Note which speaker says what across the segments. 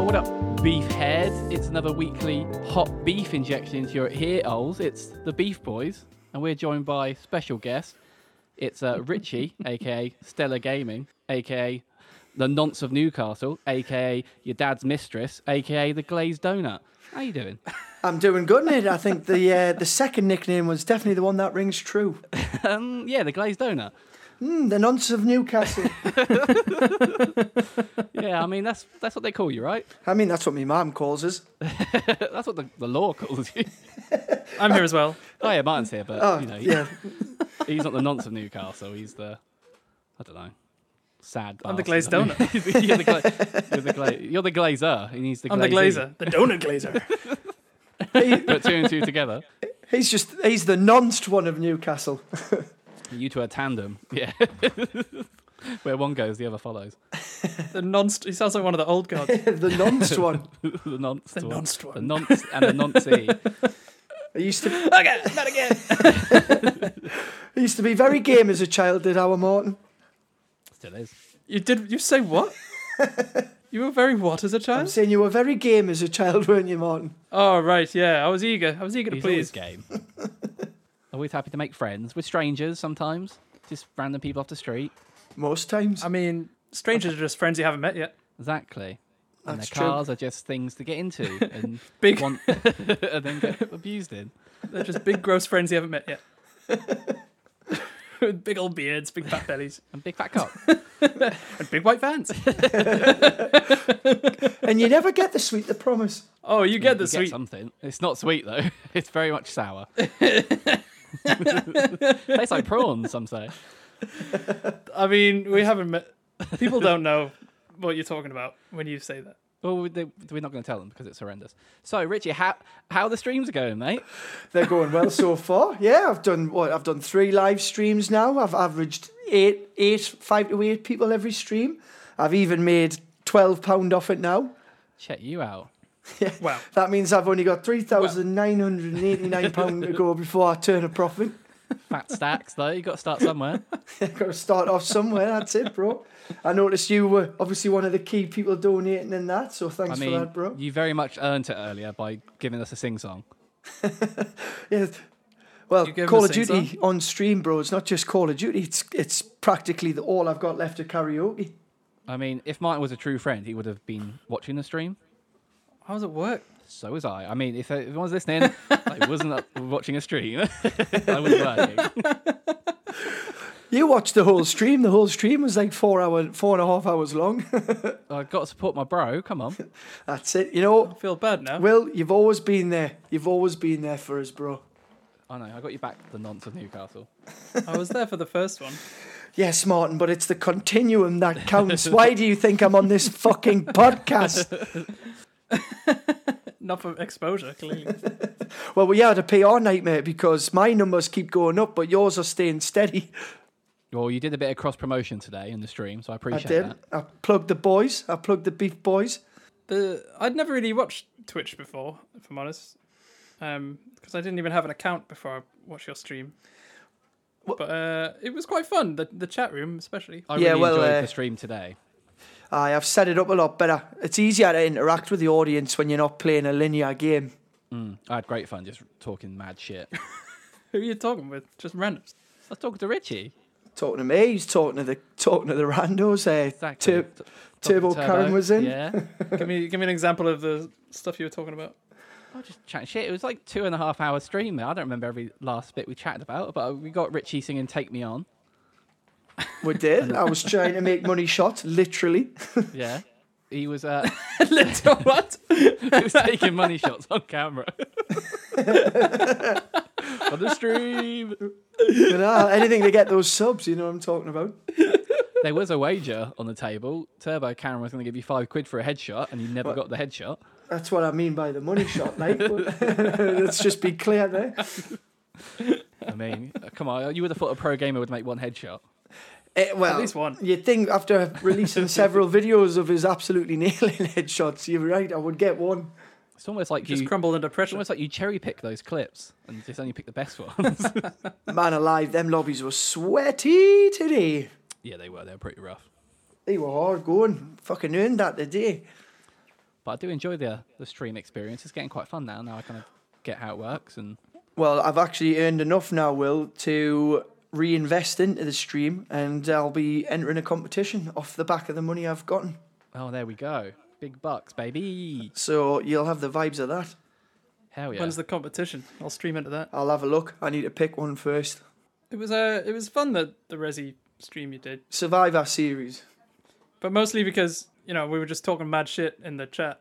Speaker 1: What up, beef heads? It's another weekly hot beef injection into your ear holes. It's the Beef Boys, and we're joined by special guest. It's uh, Richie, aka Stella Gaming, aka the Nonce of Newcastle, aka your dad's mistress, aka the glazed donut. How you doing?
Speaker 2: I'm doing good, mate. I think the uh, the second nickname was definitely the one that rings true.
Speaker 1: um, yeah, the glazed donut.
Speaker 2: Hmm, the nonce of Newcastle.
Speaker 1: Yeah, I mean that's that's what they call you, right?
Speaker 2: I mean, that's what my mum calls us.
Speaker 1: That's what the, the law calls you.
Speaker 3: I'm here as well.
Speaker 1: Oh yeah, Martin's here, but
Speaker 2: Oh,
Speaker 1: you know,
Speaker 2: yeah.
Speaker 1: He's not the nonce of Newcastle. He's the, I don't know, sad.
Speaker 3: I'm the glazed
Speaker 1: bastard.
Speaker 3: donut.
Speaker 1: you're, the gla- you're, the gla- you're the glazer. He needs the
Speaker 3: I'm the
Speaker 1: glazing.
Speaker 3: glazer, the donut glazer.
Speaker 2: He,
Speaker 1: Put two and two together.
Speaker 2: he's just he's the nonced one of Newcastle.
Speaker 1: You two are tandem. Yeah. Where one goes, the other follows.
Speaker 3: The nonst. He sounds like one of the old gods.
Speaker 2: the nonced one.
Speaker 1: the nonce.
Speaker 3: The
Speaker 1: one.
Speaker 3: nonced
Speaker 1: The
Speaker 3: one.
Speaker 1: nonce and the noncey.
Speaker 2: I used to
Speaker 3: okay, not again.
Speaker 2: I used to be very game as a child. Did our Morton?
Speaker 1: Still is.
Speaker 3: You did. You say what? You were very what as a
Speaker 2: I'm
Speaker 3: child?
Speaker 2: saying you were very game as a child, weren't you, Morton?
Speaker 3: Oh right, yeah. I was eager. I was eager to
Speaker 1: He's always
Speaker 3: please.
Speaker 1: game. Always happy to make friends with strangers sometimes. Just random people off the street.
Speaker 2: Most times.
Speaker 3: I mean, strangers are just friends you haven't met yet.
Speaker 1: Exactly. And
Speaker 2: That's
Speaker 1: their
Speaker 2: true.
Speaker 1: cars are just things to get into and
Speaker 3: Big.
Speaker 1: want and then get abused in.
Speaker 3: They're just big, gross friends you haven't met yet. With big old beards, big fat bellies,
Speaker 1: And big fat cock.
Speaker 3: and big white vans.
Speaker 2: And you never get the sweet the promise.
Speaker 3: Oh, you get the
Speaker 1: You
Speaker 3: sweet.
Speaker 1: something. It's not sweet though. It's very much sour. Tastes like prawns. Some say.
Speaker 3: I mean, we haven't met. People don't know what you're talking about when you say that.
Speaker 1: Well, we- they- we're not going to tell them because it's horrendous. So, Richie, how how the streams are going, mate?
Speaker 2: They're going well so far. Yeah, I've done what I've done three live streams now. I've averaged eight, eight, five to eight people every stream. I've even made twelve pound off it now.
Speaker 1: Check you out.
Speaker 3: Wow.
Speaker 2: That means I've only got three thousand nine hundred and eighty-nine pound to go before I turn a profit.
Speaker 1: Fat stacks though. You got to start somewhere.
Speaker 2: I've got to start off somewhere. That's it, bro. I noticed you were obviously one of the key people donating in that, so
Speaker 1: I
Speaker 2: thanks
Speaker 1: mean,
Speaker 2: for that, bro.
Speaker 1: you very much earned it earlier by giving us a sing song.
Speaker 2: Yeah. Well,
Speaker 3: You gave
Speaker 2: Call
Speaker 3: him
Speaker 2: of
Speaker 3: a sing-song?
Speaker 2: Duty on stream, bro. It's not just Call of Duty. It's it's practically the, all I've got left of karaoke.
Speaker 1: I mean, if Martin was a true friend, he would have been watching the stream.
Speaker 3: How does it work?
Speaker 1: So was I. I mean, if everyone's listening, I wasn't up watching a stream. I was working.
Speaker 2: You watched the whole stream. The whole stream was like four hour, four and a half hours long.
Speaker 1: I got to support my bro. Come on.
Speaker 2: That's it. You know,
Speaker 3: I feel bad now.
Speaker 2: Will, you've always been there. You've always been there for us, bro.
Speaker 1: I know. I got you back. The nonce of Newcastle.
Speaker 3: I was there for the first one.
Speaker 2: Yes, Martin, but it's the continuum that counts. Why do you think I'm on this fucking podcast?
Speaker 3: Not for exposure, clearly.
Speaker 2: Well, we had a PR nightmare because my numbers keep going up, but yours are staying steady.
Speaker 1: Well, you did a bit of cross promotion today in the stream, so I appreciate
Speaker 2: I did.
Speaker 1: that.
Speaker 2: I plugged the boys. I plugged the beef boys.
Speaker 3: the I'd never really watched Twitch before, if I'm honest, because I didn't even have an account before I watched your stream.
Speaker 2: Wha-
Speaker 3: But uh, it was quite fun, the, the chat room especially.
Speaker 1: I
Speaker 2: Yeah,
Speaker 1: really
Speaker 2: well,
Speaker 1: enjoyed
Speaker 2: uh,
Speaker 1: the stream today.
Speaker 2: Aye, I've set it up a lot better. It's easier to interact with the audience when you're not playing a linear game.
Speaker 1: Mm, I had great fun just talking mad shit. I
Speaker 3: Who are you talking with? Just randoms.
Speaker 1: was talking to Richie.
Speaker 2: Talking to me, he's talking to the talking to the randos. Uh,
Speaker 1: Exactly.
Speaker 2: Tur-
Speaker 1: T-
Speaker 2: Turbo Karen was in.
Speaker 1: Yeah.
Speaker 3: give me give me an example of the stuff you were talking about.
Speaker 1: I was just chatting shit. It was like two and a half hour stream. man. I don't remember every last bit we chatted about, but uh, we got Richie singing "Take Me On."
Speaker 2: We did. I was trying to make money shot, literally.
Speaker 1: Yeah. He was, uh,
Speaker 3: Little what?
Speaker 1: he was taking money shots on camera. on the stream.
Speaker 2: You know, anything to get those subs, you know what I'm talking about.
Speaker 1: There was a wager on the table. Turbo Karen was going to give you five quid for a headshot, and you never got the headshot.
Speaker 2: That's what I mean by the money shot, mate. Let's just be clear there.
Speaker 1: I mean, uh, come on, you would have thought a pro gamer would make one headshot.
Speaker 2: Eh, well,
Speaker 3: least one.
Speaker 2: You'd think after releasing several videos of his absolutely nailing headshots, you're right, I would get one.
Speaker 1: It's almost like
Speaker 3: Just
Speaker 1: you,
Speaker 3: crumbled under
Speaker 1: it's
Speaker 3: pressure.
Speaker 1: almost like you cherry pick those clips and just only pick the best ones.
Speaker 2: Man alive, them lobbies were sweaty today.
Speaker 1: yeah, they were. They were pretty rough.
Speaker 2: They were hard going. Fucking earned that today.
Speaker 1: But I do enjoy the the stream experience. It's getting quite fun now. Now I kind of get how it works and
Speaker 2: Well, I've actually earned enough now, Will, to reinvest into the stream, and I'll be entering a competition off the back of the money I've gotten.
Speaker 1: oh, there we go. Big bucks, baby.
Speaker 2: So you'll have the vibes of that.
Speaker 1: Hell oh, yeah.
Speaker 3: When's the competition? I'll stream into that.
Speaker 2: I'll have a look. I need to pick one first.
Speaker 3: It was uh, it was fun that the Resi stream you did,
Speaker 2: Survivor series.
Speaker 3: but mostly because you know we were just talking mad shit in the chat.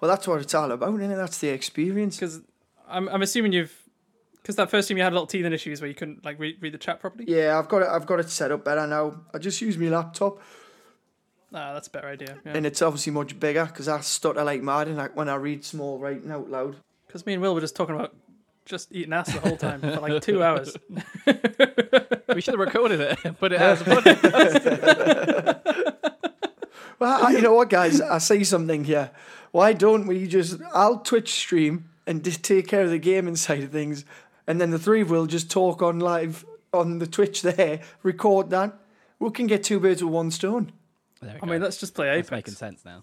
Speaker 2: Well, that's what it's all about, isn't it? That's the experience.
Speaker 3: Because I'm I'm assuming you've because that first stream you had a lot of teething issues where you couldn't like read, read the chat properly.
Speaker 2: Yeah, I've got it. I've got it set up better now. I just use my laptop,
Speaker 3: Ah, that's a better idea.
Speaker 2: and it's obviously much bigger because I stutter like mad, and like when I read small writing out loud.
Speaker 3: Because me and Will were just talking about just eating ass the whole time for like two hours.
Speaker 1: we should have recorded it, and put it out as a podcast.
Speaker 2: Well, I- you know what, guys? I see something here. Why don't we just? I'll Twitch stream and just take care of the gaming side of things, and then the three of will just talk on live on the Twitch there, record that. We can get two birds with one stone.
Speaker 1: There we
Speaker 3: I
Speaker 1: go.
Speaker 3: mean, let's just play
Speaker 1: it's making
Speaker 3: Apex.
Speaker 1: sense now.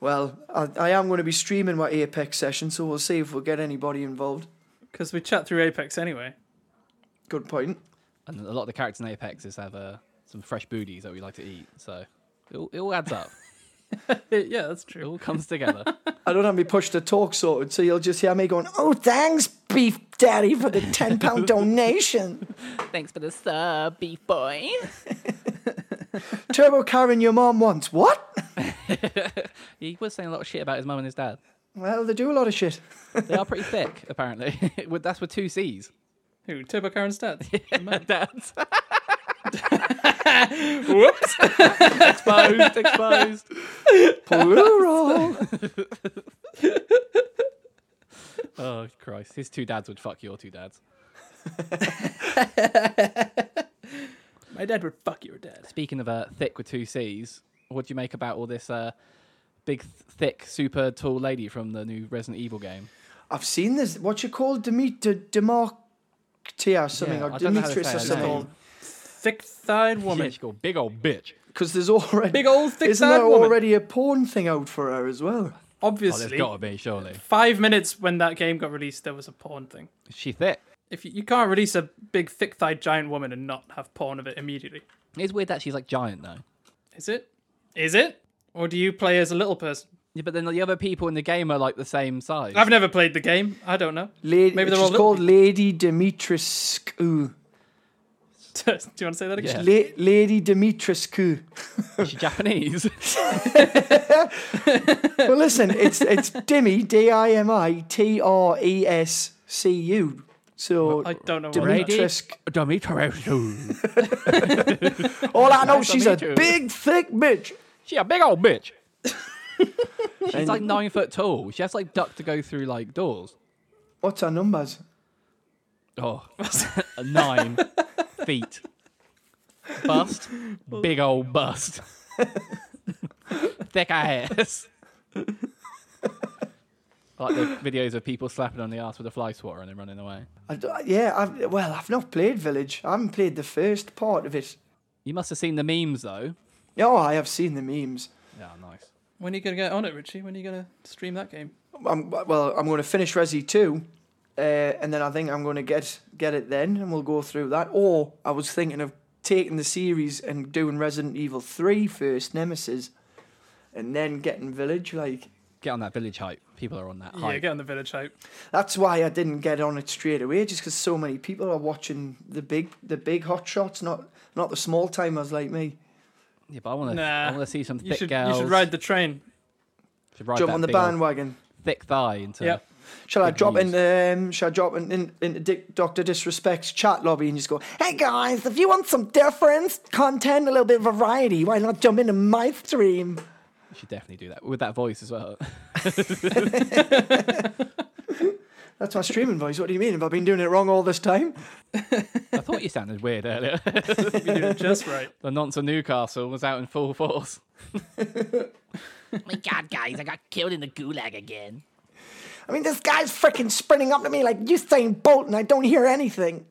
Speaker 2: Well, I, I am going to be streaming my Apex session, so we'll see if we'll get anybody involved.
Speaker 3: Because we chat through Apex anyway.
Speaker 2: Good point.
Speaker 1: And a lot of the characters in Apex is have uh, some fresh booties that we like to eat. So it all, it all adds up.
Speaker 3: yeah, that's
Speaker 1: it
Speaker 3: true.
Speaker 1: all comes together.
Speaker 2: I don't have me push to talk sorted, so you'll just hear me going, "Oh, thanks, Beef Daddy, for the ten pound donation."
Speaker 1: Thanks for the sub, beef boy.
Speaker 2: Turbo Karen, your mom wants what?
Speaker 1: He was saying a lot of shit about his mum and his dad.
Speaker 2: Well, they do a lot of shit.
Speaker 1: They are pretty thick, apparently. With- That's with two C's.
Speaker 3: Who? Turbo Karen Stats?
Speaker 1: Dads.
Speaker 3: Whoops!
Speaker 1: Exposed, exposed.
Speaker 2: Plural.
Speaker 1: Oh, Christ. His two dads would fuck your two dads.
Speaker 3: My dad would fuck your dad.
Speaker 1: Speaking of uh, thick with two C's, what do you make about all this uh, big, th- thick, super tall lady from the new Resident Evil game?
Speaker 2: I've seen this. What you call Demit De, Demartia or something,
Speaker 1: Yeah, I
Speaker 2: or
Speaker 1: don't know how to
Speaker 2: Demetrius
Speaker 1: say
Speaker 2: or
Speaker 1: her
Speaker 2: something.
Speaker 1: name.
Speaker 3: Old thick thighed
Speaker 1: Yeah,
Speaker 3: woman.
Speaker 1: she's got a big old bitch.
Speaker 2: Because there's already
Speaker 3: Big old thick
Speaker 2: isn't there
Speaker 3: thighed woman.
Speaker 2: already a porn thing out for her as well?
Speaker 1: Oh, there's
Speaker 3: Obviously.
Speaker 1: got to be, surely.
Speaker 3: Five minutes when that game got released, there was a porn thing.
Speaker 1: Is she thick?
Speaker 3: If you, you can't release a big thick thighed giant woman and not have porn of it immediately.
Speaker 1: It's weird that she's like giant though.
Speaker 3: Is it? Is it? Or do you play as a little person?
Speaker 1: Yeah, but then the other people in the game are like the same size.
Speaker 3: I've never played the game. I don't know.
Speaker 2: Lady,
Speaker 3: Maybe
Speaker 2: Maybe
Speaker 3: they're all
Speaker 2: she's
Speaker 3: little
Speaker 2: called Lady Dimitrescu.
Speaker 3: do you want to say that again?
Speaker 1: Yeah.
Speaker 2: La- Lady Dimitrescu.
Speaker 1: Is she Japanese?
Speaker 2: well, listen, it's it's Dimi, D I M I T R E S C U. So
Speaker 3: I don't know. What
Speaker 1: Lady-
Speaker 2: Dimitrescu.
Speaker 1: Dimitrescu.
Speaker 2: All I know,
Speaker 1: Nice to
Speaker 2: she's a
Speaker 1: meet you.
Speaker 2: big, thick bitch.
Speaker 1: she a big old bitch.
Speaker 2: And
Speaker 1: She's like nine foot tall. She has to like duck to go through like doors.
Speaker 2: what's her numbers?
Speaker 1: Oh, nine feet. Bust, big old bust. Thick ass. I like the videos of people slapping on the ass with a fly swatter and then running away.
Speaker 2: I d uh, yeah, I've, well, I've not played Village. I haven't played the first part of it.
Speaker 1: You must have seen the memes though.
Speaker 2: Oh, I have seen the memes.
Speaker 1: Yeah, nice.
Speaker 3: when are you going to get on it, Richie? When are you going to stream that game?
Speaker 2: I'm, well, I'm going to finish Resi 2, uh, and then I think I'm going to get get it then, and we'll go through that. Or I was thinking of taking the series and doing Resident Evil 3 first, Nemesis, and then getting Village. Like
Speaker 1: Get on that village hype. People are on that
Speaker 3: Yeah,
Speaker 1: hype.
Speaker 3: get on the village hype.
Speaker 2: that's why I didn't get on it straight away, just because so many people are watching the big the big hot shots, not not the small timers like me.
Speaker 1: Yeah, but I want to. I
Speaker 3: Nah,
Speaker 1: want to see some
Speaker 3: You
Speaker 1: thick
Speaker 3: should, you
Speaker 1: girls.
Speaker 3: should ride the train.
Speaker 1: should ride
Speaker 2: Jump
Speaker 1: that
Speaker 2: on the
Speaker 1: big old
Speaker 2: bandwagon.
Speaker 1: Thick thigh into.
Speaker 3: Yep.
Speaker 2: Shall I
Speaker 1: Good
Speaker 2: drop
Speaker 1: news.
Speaker 2: into um, Shall I drop in, in, into Dick, Doctor Disrespect's chat lobby and just go, "Hey guys, if you want some different content, a little bit of variety, why not jump into my stream?"
Speaker 1: You should definitely do that with that voice as well.
Speaker 2: That's my streaming voice. What do you mean? Have I been doing it wrong all this time?
Speaker 1: I thought you sounded weird earlier.
Speaker 3: You do it just right.
Speaker 1: the nonce of Newcastle was out in full force.
Speaker 4: my god, guys, I got killed in the gulag again.
Speaker 2: I mean, this guy's freaking sprinting up to me like Usain Bolt, and I don't hear anything.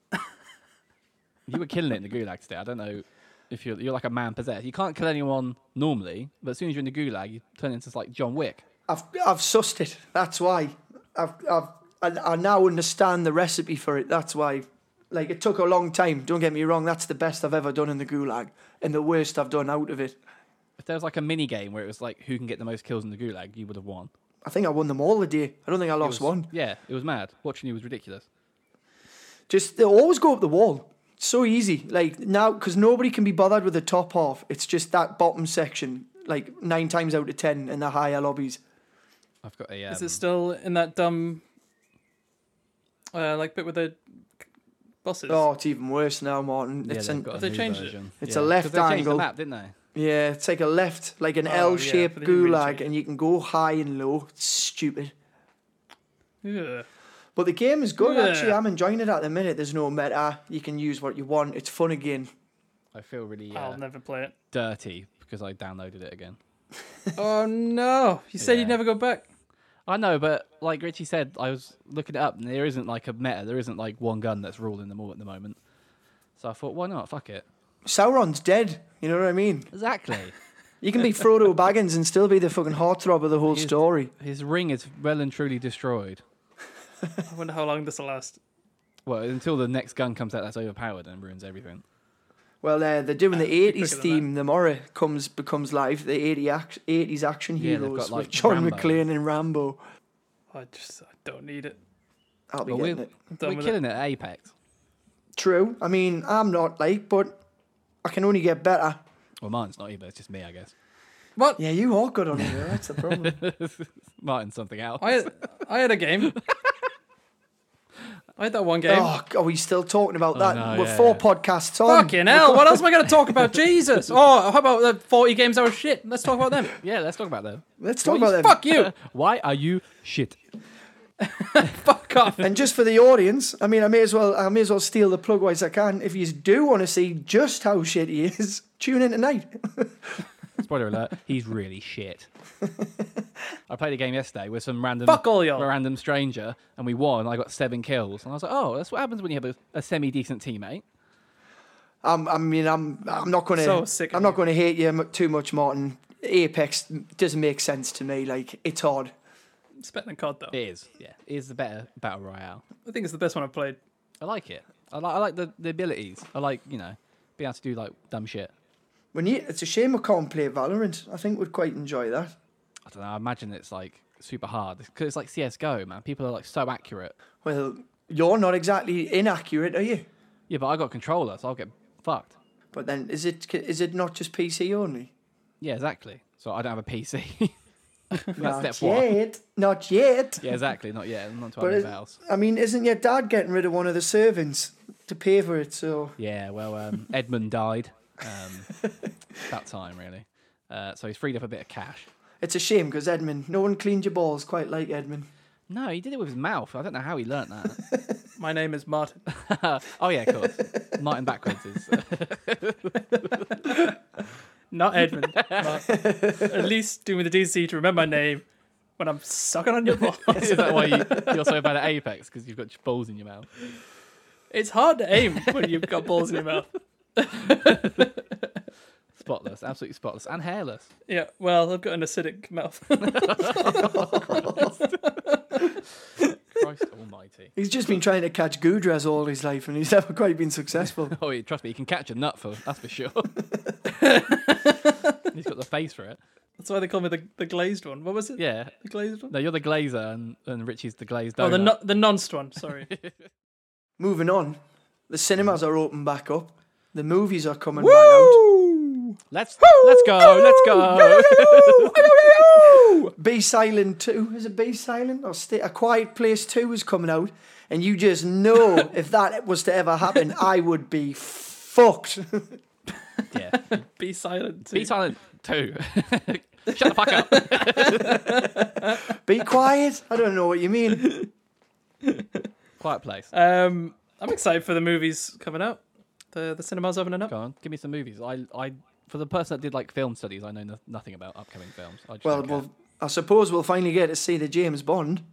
Speaker 1: You were killing it in the gulag today. I don't know if you're you're like a man possessed. You can't kill anyone normally, but as soon as you're in the gulag, you turn into like John Wick.
Speaker 2: I've I've sussed it. That's why. I've I've I, I now understand the recipe for it. That's why. Like it took a long time. Don't get me wrong. That's the best I've ever done in the gulag, and the worst I've done out of it.
Speaker 1: If there was like a mini game where it was like who can get the most kills in the gulag, you would have won.
Speaker 2: I think I won them all the day. I don't think I
Speaker 1: It
Speaker 2: lost
Speaker 1: was-
Speaker 2: one.
Speaker 1: Yeah, it was mad. Watching you was ridiculous.
Speaker 2: Just they always go up the wall. It's so easy. Like now, because nobody can be bothered with the top half. It's just that bottom section. Like nine times out of ten in the higher lobbies.
Speaker 1: I've got a. Um,
Speaker 3: Is it still in that dumb, uh, like bit with the buses?
Speaker 2: Oh, it's even worse now, Martin.
Speaker 1: yeah,
Speaker 2: It's
Speaker 1: they've
Speaker 2: an,
Speaker 1: got a
Speaker 3: They
Speaker 1: new
Speaker 3: changed it.
Speaker 1: version.
Speaker 2: It's
Speaker 1: Yeah.
Speaker 2: a left
Speaker 1: 'Cause they changed the
Speaker 2: angle.
Speaker 1: map, didn't they?
Speaker 2: Yeah, it's like a left, like an
Speaker 3: Oh, yeah,
Speaker 2: L-shaped
Speaker 3: but they didn't really
Speaker 2: gulag,
Speaker 3: change it.
Speaker 2: and you can go high and low. It's stupid.
Speaker 3: Yeah.
Speaker 2: But the game is good,
Speaker 3: Yeah.
Speaker 2: actually. I'm enjoying it at the minute. There's no meta. You can use what you want. It's fun again.
Speaker 1: I feel really
Speaker 2: Oh,
Speaker 1: uh,
Speaker 3: I'll never play it.
Speaker 1: dirty because I downloaded it again.
Speaker 3: oh no! You said you'd
Speaker 1: Yeah.
Speaker 3: never go back.
Speaker 1: I know, but like Richie said, I was looking it up, and there isn't like a meta. There isn't like one gun that's ruling them all at the moment. So I thought, why not? Fuck it.
Speaker 2: Sauron's dead. You know what I mean?
Speaker 1: Exactly.
Speaker 2: You can be Frodo Baggins and still be the fucking heartthrob of the whole
Speaker 1: He is-
Speaker 2: story.
Speaker 1: His ring is well and truly destroyed.
Speaker 3: I wonder how long this will last.
Speaker 1: Well, until the next gun comes out that's overpowered and ruins everything.
Speaker 2: Well, uh, they're doing the
Speaker 3: quicker
Speaker 2: 80s
Speaker 3: than
Speaker 2: theme tomorrow. Comes becomes live. The 80 ac- 80s action
Speaker 1: Yeah, they've
Speaker 2: heroes
Speaker 1: got, like,
Speaker 2: with John
Speaker 1: Rambo.
Speaker 2: McClane and Rambo.
Speaker 3: I just I don't need it.
Speaker 2: I'll be
Speaker 1: Well,
Speaker 2: getting
Speaker 1: we're,
Speaker 2: it.
Speaker 3: I'm done
Speaker 1: we're
Speaker 3: with
Speaker 1: killing it. at Apex.
Speaker 2: True. I mean, I'm not like, but I can only get better.
Speaker 1: Well, mine's not either. It's just me, I guess.
Speaker 3: it. What?
Speaker 2: Yeah, you are good on it. though. That's the problem.
Speaker 1: Martin, something else.
Speaker 3: I I had a game. I had that one game.
Speaker 2: Oh, are we still talking about that?
Speaker 1: Oh, no,
Speaker 2: We're
Speaker 1: yeah,
Speaker 2: four
Speaker 1: yeah.
Speaker 2: podcasts on.
Speaker 3: Fucking hell! What else am I going to talk about? Jesus! Oh, how about the forty games that were shit? Let's talk about them.
Speaker 1: Yeah, let's talk about them.
Speaker 2: Let's talk about them.
Speaker 3: Fuck you!
Speaker 1: Why are you shit?
Speaker 3: Fuck off!
Speaker 2: And just for the audience, I mean, I may as well, I may as well steal the plug whilst I can. If you do want to see just how shit he is, tune in tonight.
Speaker 1: Spoiler alert, he's really shit. I played a game yesterday with some random
Speaker 3: Fuck all y'all.
Speaker 1: a random stranger and we won. I got seven kills. And I was like, oh, that's what happens when you have a, a semi decent teammate.
Speaker 2: I'm, I mean, I'm, I'm not gonna,
Speaker 3: So sick of
Speaker 2: I'm not
Speaker 3: you.
Speaker 2: gonna hate you m- too much, Martin. Apex doesn't make sense to me. Like it's hard.
Speaker 3: It's better than COD though.
Speaker 1: It is. Yeah. It is the better battle royale.
Speaker 3: I think it's the best one I've played.
Speaker 1: I like it. I like I like the, the abilities. I like, you know, being able to do like dumb shit.
Speaker 2: When you, it's a shame I can't play Valorant. I think we'd quite enjoy that.
Speaker 1: I don't know, I imagine it's like super hard. Because it's like CSGO, man. People are like so accurate.
Speaker 2: Well, you're not exactly inaccurate, are you?
Speaker 1: Yeah, but I got a controller, so I'll get fucked.
Speaker 2: But then, is it, is it not just PC only?
Speaker 1: Yeah, exactly. So I don't have a PC. That's
Speaker 2: Not
Speaker 1: step one.
Speaker 2: yet. Not yet.
Speaker 1: Yeah, exactly. Not yet. Not to
Speaker 2: But
Speaker 1: anyone
Speaker 2: it-
Speaker 1: else.
Speaker 2: I mean, isn't your dad getting rid of one of the servants to pay for it? So
Speaker 1: Yeah, well, um, Edmund died um, that time, really. Uh, so he's freed up a bit of cash.
Speaker 2: it's a shame because Edmund, no one cleaned your balls quite like Edmund.
Speaker 1: No, he did it with his mouth. I don't know how he learnt that.
Speaker 3: My name is Martin.
Speaker 1: oh, yeah, of course. Martin backwards is.
Speaker 3: Not Edmund. Mark. At least do me the DC to remember my name when I'm sucking on your balls.
Speaker 1: is that why you, you're so bad at Apex? Because you've got balls in your mouth.
Speaker 3: It's hard to aim when you've got balls in your mouth.
Speaker 1: Spotless, absolutely spotless, and hairless.
Speaker 3: Yeah, well, I've got an acidic mouth.
Speaker 1: Christ almighty.
Speaker 2: He's just been trying to catch Gudras all his life, and he's never quite been successful.
Speaker 1: Oh, yeah, trust me, he can catch a nut for that's for sure. he's got the face for it.
Speaker 3: That's why they call me the, the glazed one. What was it?
Speaker 1: Yeah.
Speaker 3: The glazed one?
Speaker 1: No, you're the glazer, and, and Richie's the glazed donut.
Speaker 3: Oh, the, no- the nonced one, sorry.
Speaker 2: Moving on, the cinemas are open back up. The movies are coming back out.
Speaker 3: Woo!
Speaker 1: Let's let's go, let's go.
Speaker 2: Be Silent Two is it Be Silent or Stay, A Quiet Place Two is coming out, and you just know if that was to ever happen, I would be fucked.
Speaker 1: yeah.
Speaker 3: Be silent. too.
Speaker 1: Be silent too. Shut the fuck up.
Speaker 2: be quiet. I don't know what you mean.
Speaker 1: Quiet place.
Speaker 3: Um, I'm excited for the movies coming out. The the cinemas opening up.
Speaker 1: Go on, give me some movies. I, I, for the person that did like film studies, I know no- nothing about upcoming films. I just
Speaker 2: Well,
Speaker 1: don't care.
Speaker 2: well, I suppose we'll finally get to see the James Bond.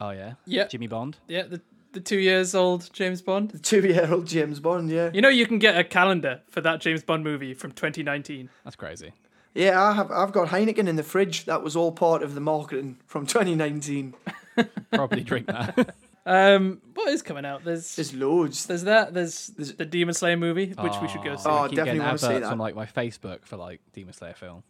Speaker 1: oh yeah,
Speaker 3: Yeah.
Speaker 1: Jimmy Bond.
Speaker 3: Yeah, the, the two years old James Bond.
Speaker 2: two year old James Bond, yeah.
Speaker 3: You know you can get a calendar for that James Bond movie from 2019.
Speaker 1: That's crazy.
Speaker 2: Yeah, I have. I've got Heineken in the fridge. That was all part of the marketing from 2019.
Speaker 1: Probably drink that.
Speaker 3: Um, what is coming out? There's
Speaker 2: There's loads.
Speaker 3: there's that. There's, the Demon Slayer movie, which we should go see.
Speaker 2: Oh,
Speaker 1: I keep
Speaker 2: definitely
Speaker 1: getting
Speaker 2: wanna see
Speaker 1: adverts
Speaker 2: that.
Speaker 1: on like my Facebook for like Demon Slayer film.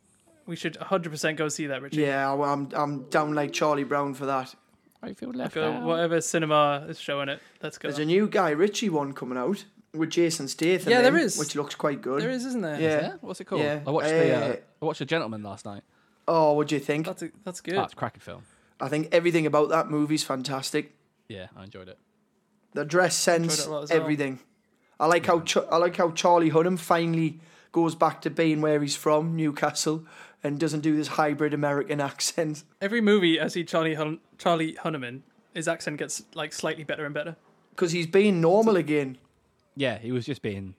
Speaker 3: We should 100% go see that, Richard.
Speaker 2: Yeah, I- I'm I'm down like Charlie Brown for that.
Speaker 1: I feel left
Speaker 3: Go
Speaker 1: out.
Speaker 3: whatever cinema is showing it. Let's go.
Speaker 2: There's a new Guy Ritchie one coming out with Jason Statham.
Speaker 3: Yeah, there
Speaker 2: in,
Speaker 3: is.
Speaker 2: which looks quite good.
Speaker 3: there is, isn't there?
Speaker 2: Yeah.
Speaker 1: Yeah, what's it called?
Speaker 2: Yeah.
Speaker 1: I watched the uh,
Speaker 2: Uh,
Speaker 1: I watched The Gentleman last night.
Speaker 2: Oh, what do you think?
Speaker 3: That's a, that's good.
Speaker 1: That's it's a cracking film.
Speaker 2: I think everything about that movie's fantastic.
Speaker 1: Yeah, I enjoyed it.
Speaker 2: The dress sense,
Speaker 3: Enjoyed it a lot as well.
Speaker 2: everything. I like how Ch- I like how Charlie Hunnam finally goes back to being where he's from, Newcastle, and doesn't do this hybrid American accent.
Speaker 3: Every movie I see Charlie Hun- Charlie Hunnam in, his accent gets like slightly better and better.
Speaker 2: Because he's being normal again.
Speaker 1: Yeah, he was just being.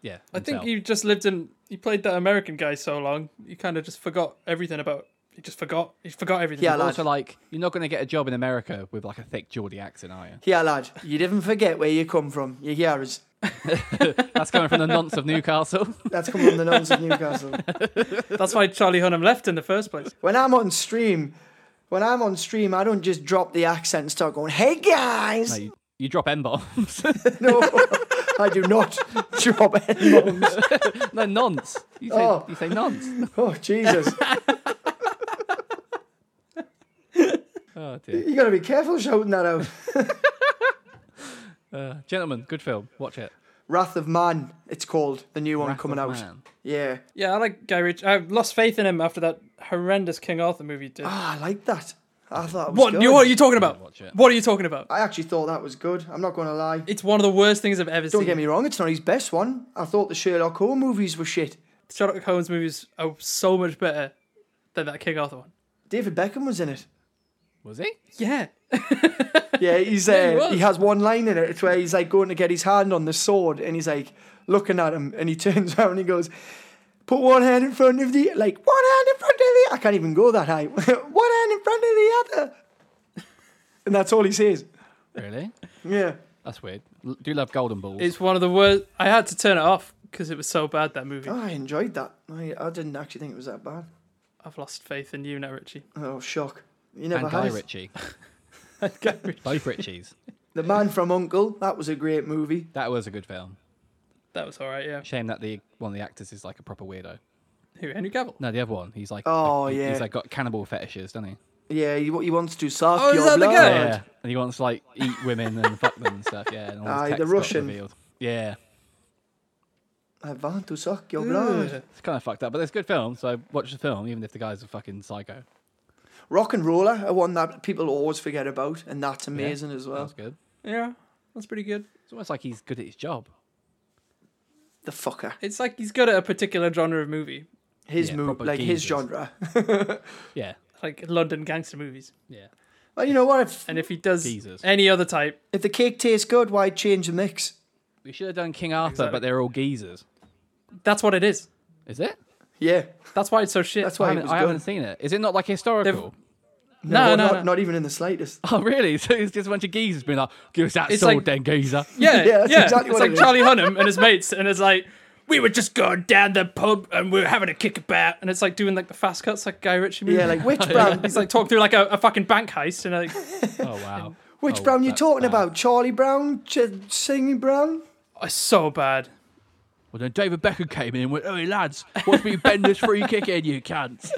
Speaker 1: Yeah,
Speaker 3: I think
Speaker 1: himself.
Speaker 3: you just lived in you played that American guy so long, you kind of just forgot everything about. You just forgot. You forgot everything.
Speaker 2: Yeah,
Speaker 1: But
Speaker 2: lad.
Speaker 1: also like you're not going to get a job in America with like a thick Geordie accent, are you?
Speaker 2: Here, lad, you didn't forget where you come from. You hear us.
Speaker 1: That's coming from the nonce of Newcastle.
Speaker 2: That's coming from the nuns of Newcastle.
Speaker 3: That's why Charlie Hunnam left in the first place.
Speaker 2: When I'm on stream, when I'm on stream, I don't just drop the accent and start going, "Hey
Speaker 1: No,
Speaker 2: guys."
Speaker 1: you, you drop n bombs.
Speaker 2: No, I do not drop any bombs.
Speaker 1: no nonce. You say,
Speaker 2: Oh.
Speaker 1: you say nonce.
Speaker 2: Oh Jesus!
Speaker 1: Oh dear.
Speaker 2: You gotta be careful shouting that out.
Speaker 1: Uh, Gentlemen, good film. Watch it.
Speaker 2: Wrath of Man, it's called the new one
Speaker 1: Wrath
Speaker 2: coming
Speaker 1: of
Speaker 2: out.
Speaker 1: Man.
Speaker 2: Yeah,
Speaker 3: Yeah, I like Guy Ritchie. I lost faith in him after that horrendous King Arthur movie. Did
Speaker 2: Ah, I like that. I thought it was
Speaker 3: what?
Speaker 2: good.
Speaker 3: You, what are you talking about?
Speaker 1: watch it.
Speaker 3: What are you talking about?
Speaker 2: I actually thought that was good. I'm not gonna lie.
Speaker 3: It's one of the worst things I've ever
Speaker 2: Don't
Speaker 3: seen.
Speaker 2: get me wrong, it's not his best one. I thought the Sherlock Holmes movies were shit.
Speaker 3: Sherlock Holmes movies are so much better than that King Arthur one.
Speaker 2: David Beckham was in it.
Speaker 1: Was he?
Speaker 3: Yeah,
Speaker 2: Yeah, he's
Speaker 3: he
Speaker 2: uh,
Speaker 3: was.
Speaker 2: he has one line in it. It's where he's like going to get his hand on the sword, and he's like looking at him, and he turns around and he goes, "Put one hand in front of the like one hand in front of the. I can't even go that high. one hand in front of the other." And that's all he says.
Speaker 1: Really?
Speaker 2: Yeah,
Speaker 1: That's weird. L- do love Golden Balls.
Speaker 3: it's one of the worst. I had to turn it off because it was so bad. That movie.
Speaker 2: Oh, I enjoyed that. I, I didn't actually think it was that bad.
Speaker 3: I've lost faith in you now, Richie.
Speaker 2: Oh, shock! You never
Speaker 1: and Guy
Speaker 2: had it.
Speaker 1: Ritchie. Both Ritchies.
Speaker 2: the Man from Uncle. That was a great movie.
Speaker 1: That was a good film.
Speaker 3: That was all right. Yeah,
Speaker 1: Shame that the one of the actors is like a proper weirdo.
Speaker 3: who? Henry Cavill.
Speaker 1: No, the other one. He's like
Speaker 2: Oh,
Speaker 1: he-
Speaker 2: yeah.
Speaker 1: He's like got cannibal fetishes, doesn't he?
Speaker 2: Yeah, he, he wants to suck
Speaker 3: Oh, is
Speaker 2: your
Speaker 3: that the
Speaker 2: blood.
Speaker 3: guy?
Speaker 1: Yeah, yeah. And he wants to like eat women and fuck them and stuff. Yeah. And all his
Speaker 2: Aye, Ah, the
Speaker 1: text got
Speaker 2: Russian.
Speaker 1: revealed. Yeah.
Speaker 2: I want to suck your blood.
Speaker 3: Ugh.
Speaker 1: It's kind of fucked up, but it's a good film. So I watched the film, even if the guy's a fucking psycho.
Speaker 2: Rock and Roller, a one that people always forget about, and that's amazing as
Speaker 1: That
Speaker 2: well.
Speaker 1: was good.
Speaker 3: Yeah, that's pretty good.
Speaker 1: It's almost like he's good at his job.
Speaker 2: The fucker,
Speaker 3: It's like he's good at a particular genre of movie,
Speaker 2: his
Speaker 1: Yeah,
Speaker 2: move,
Speaker 1: proper
Speaker 2: like his
Speaker 1: geezers.
Speaker 2: genre.
Speaker 1: Yeah.
Speaker 3: like London gangster movies.
Speaker 1: Yeah.
Speaker 2: well, you know what? If,
Speaker 3: And if he does
Speaker 1: Geezers.
Speaker 3: any other type,
Speaker 2: if the cake tastes good, why change the mix?
Speaker 1: We should have done King Arthur,
Speaker 3: Exactly.
Speaker 1: but they're all geezers.
Speaker 3: that's what it is.
Speaker 1: Is it?
Speaker 2: Yeah,
Speaker 3: That's why it's so shit.
Speaker 2: that's
Speaker 1: I
Speaker 2: why it
Speaker 1: haven't,
Speaker 2: was
Speaker 1: I haven't
Speaker 2: good.
Speaker 1: seen it. Is it not like historical?
Speaker 3: no,
Speaker 2: Well,
Speaker 3: no,
Speaker 2: not,
Speaker 3: no.
Speaker 2: not even in the slightest.
Speaker 1: Oh, really? So it's just a bunch of geezers being like, give us that
Speaker 3: It's
Speaker 1: sword
Speaker 3: like-
Speaker 1: then, geezer.
Speaker 3: Yeah,
Speaker 2: Yeah,
Speaker 3: yeah,
Speaker 2: that's exactly
Speaker 3: it's
Speaker 2: what
Speaker 3: like
Speaker 2: it is.
Speaker 3: Charlie Hunnam and his mates, and it's like we were just going down the pub and we were having a kick about, and it's like doing like the fast cuts, like Guy Ritchie movie.
Speaker 2: Yeah, like which brown?
Speaker 3: he's like talking through like a, a fucking bank heist, and like
Speaker 1: Oh, wow.
Speaker 2: Which
Speaker 1: Oh,
Speaker 2: brown you
Speaker 1: that's
Speaker 2: talking
Speaker 1: bad.
Speaker 2: about? Charlie Brown, Ch- Singing Brown?
Speaker 3: oh, it's so bad.
Speaker 1: Well, then David Beckham came in and went, hey, lads, watch me bend this free kick in, you cunts.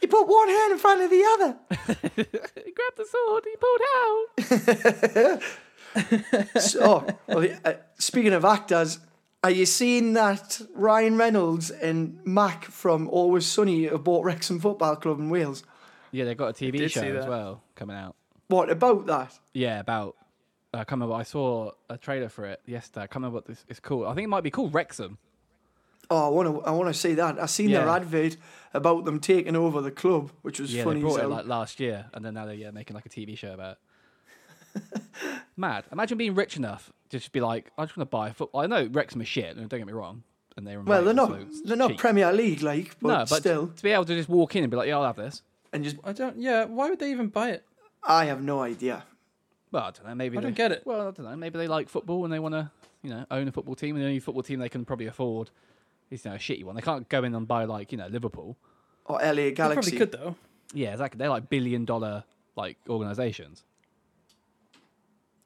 Speaker 2: He put one hand in front of the other.
Speaker 1: He grabbed the sword, he pulled out.
Speaker 2: So, well, uh, speaking of actors, are you seeing that Ryan Reynolds and Mac from Always Sunny have bought Wrexham Football Club in Wales?
Speaker 1: Yeah, they've got a TV
Speaker 3: did
Speaker 1: show
Speaker 3: see
Speaker 1: as
Speaker 3: that.
Speaker 1: well coming out.
Speaker 2: What about that?
Speaker 1: Yeah, about. uh, I can't remember. I saw a trailer for it yesterday. I can't remember what this is called. I think it might be called Wrexham.
Speaker 2: Oh, I want to. I want to see that. I seen their
Speaker 1: Yeah.
Speaker 2: advert about them taking over the club, which was
Speaker 1: Yeah, they
Speaker 2: funny.
Speaker 1: brought
Speaker 2: as
Speaker 1: it
Speaker 2: hell.
Speaker 1: like last year, and then now they're yeah, making like a TV show about. it. Mad! Imagine being rich enough to just be like, I just want to buy a football. I know Wrexham is shit, and don't get me wrong, and they're in
Speaker 2: well, they're
Speaker 1: Wales,
Speaker 2: not.
Speaker 1: so it's
Speaker 2: they're not
Speaker 1: cheap.
Speaker 2: Premier League, like, but,
Speaker 1: no, but
Speaker 2: still.
Speaker 1: to be able to just walk in and be like, yeah, I'll have this.
Speaker 2: And just,
Speaker 3: I don't. Yeah, why would they even buy it?
Speaker 2: I have no idea.
Speaker 1: Well, I don't know. Maybe
Speaker 3: I
Speaker 1: they,
Speaker 3: don't get it.
Speaker 1: Well, I don't know. Maybe they like football and they want to, you know, own a football team, and the only football team they can probably afford It's you know, a shitty one. They can't go in and buy like you know Liverpool.
Speaker 2: Or LA
Speaker 3: They probably
Speaker 2: Galaxy.
Speaker 3: could though.
Speaker 1: Yeah, exactly. They're like billion dollar like organizations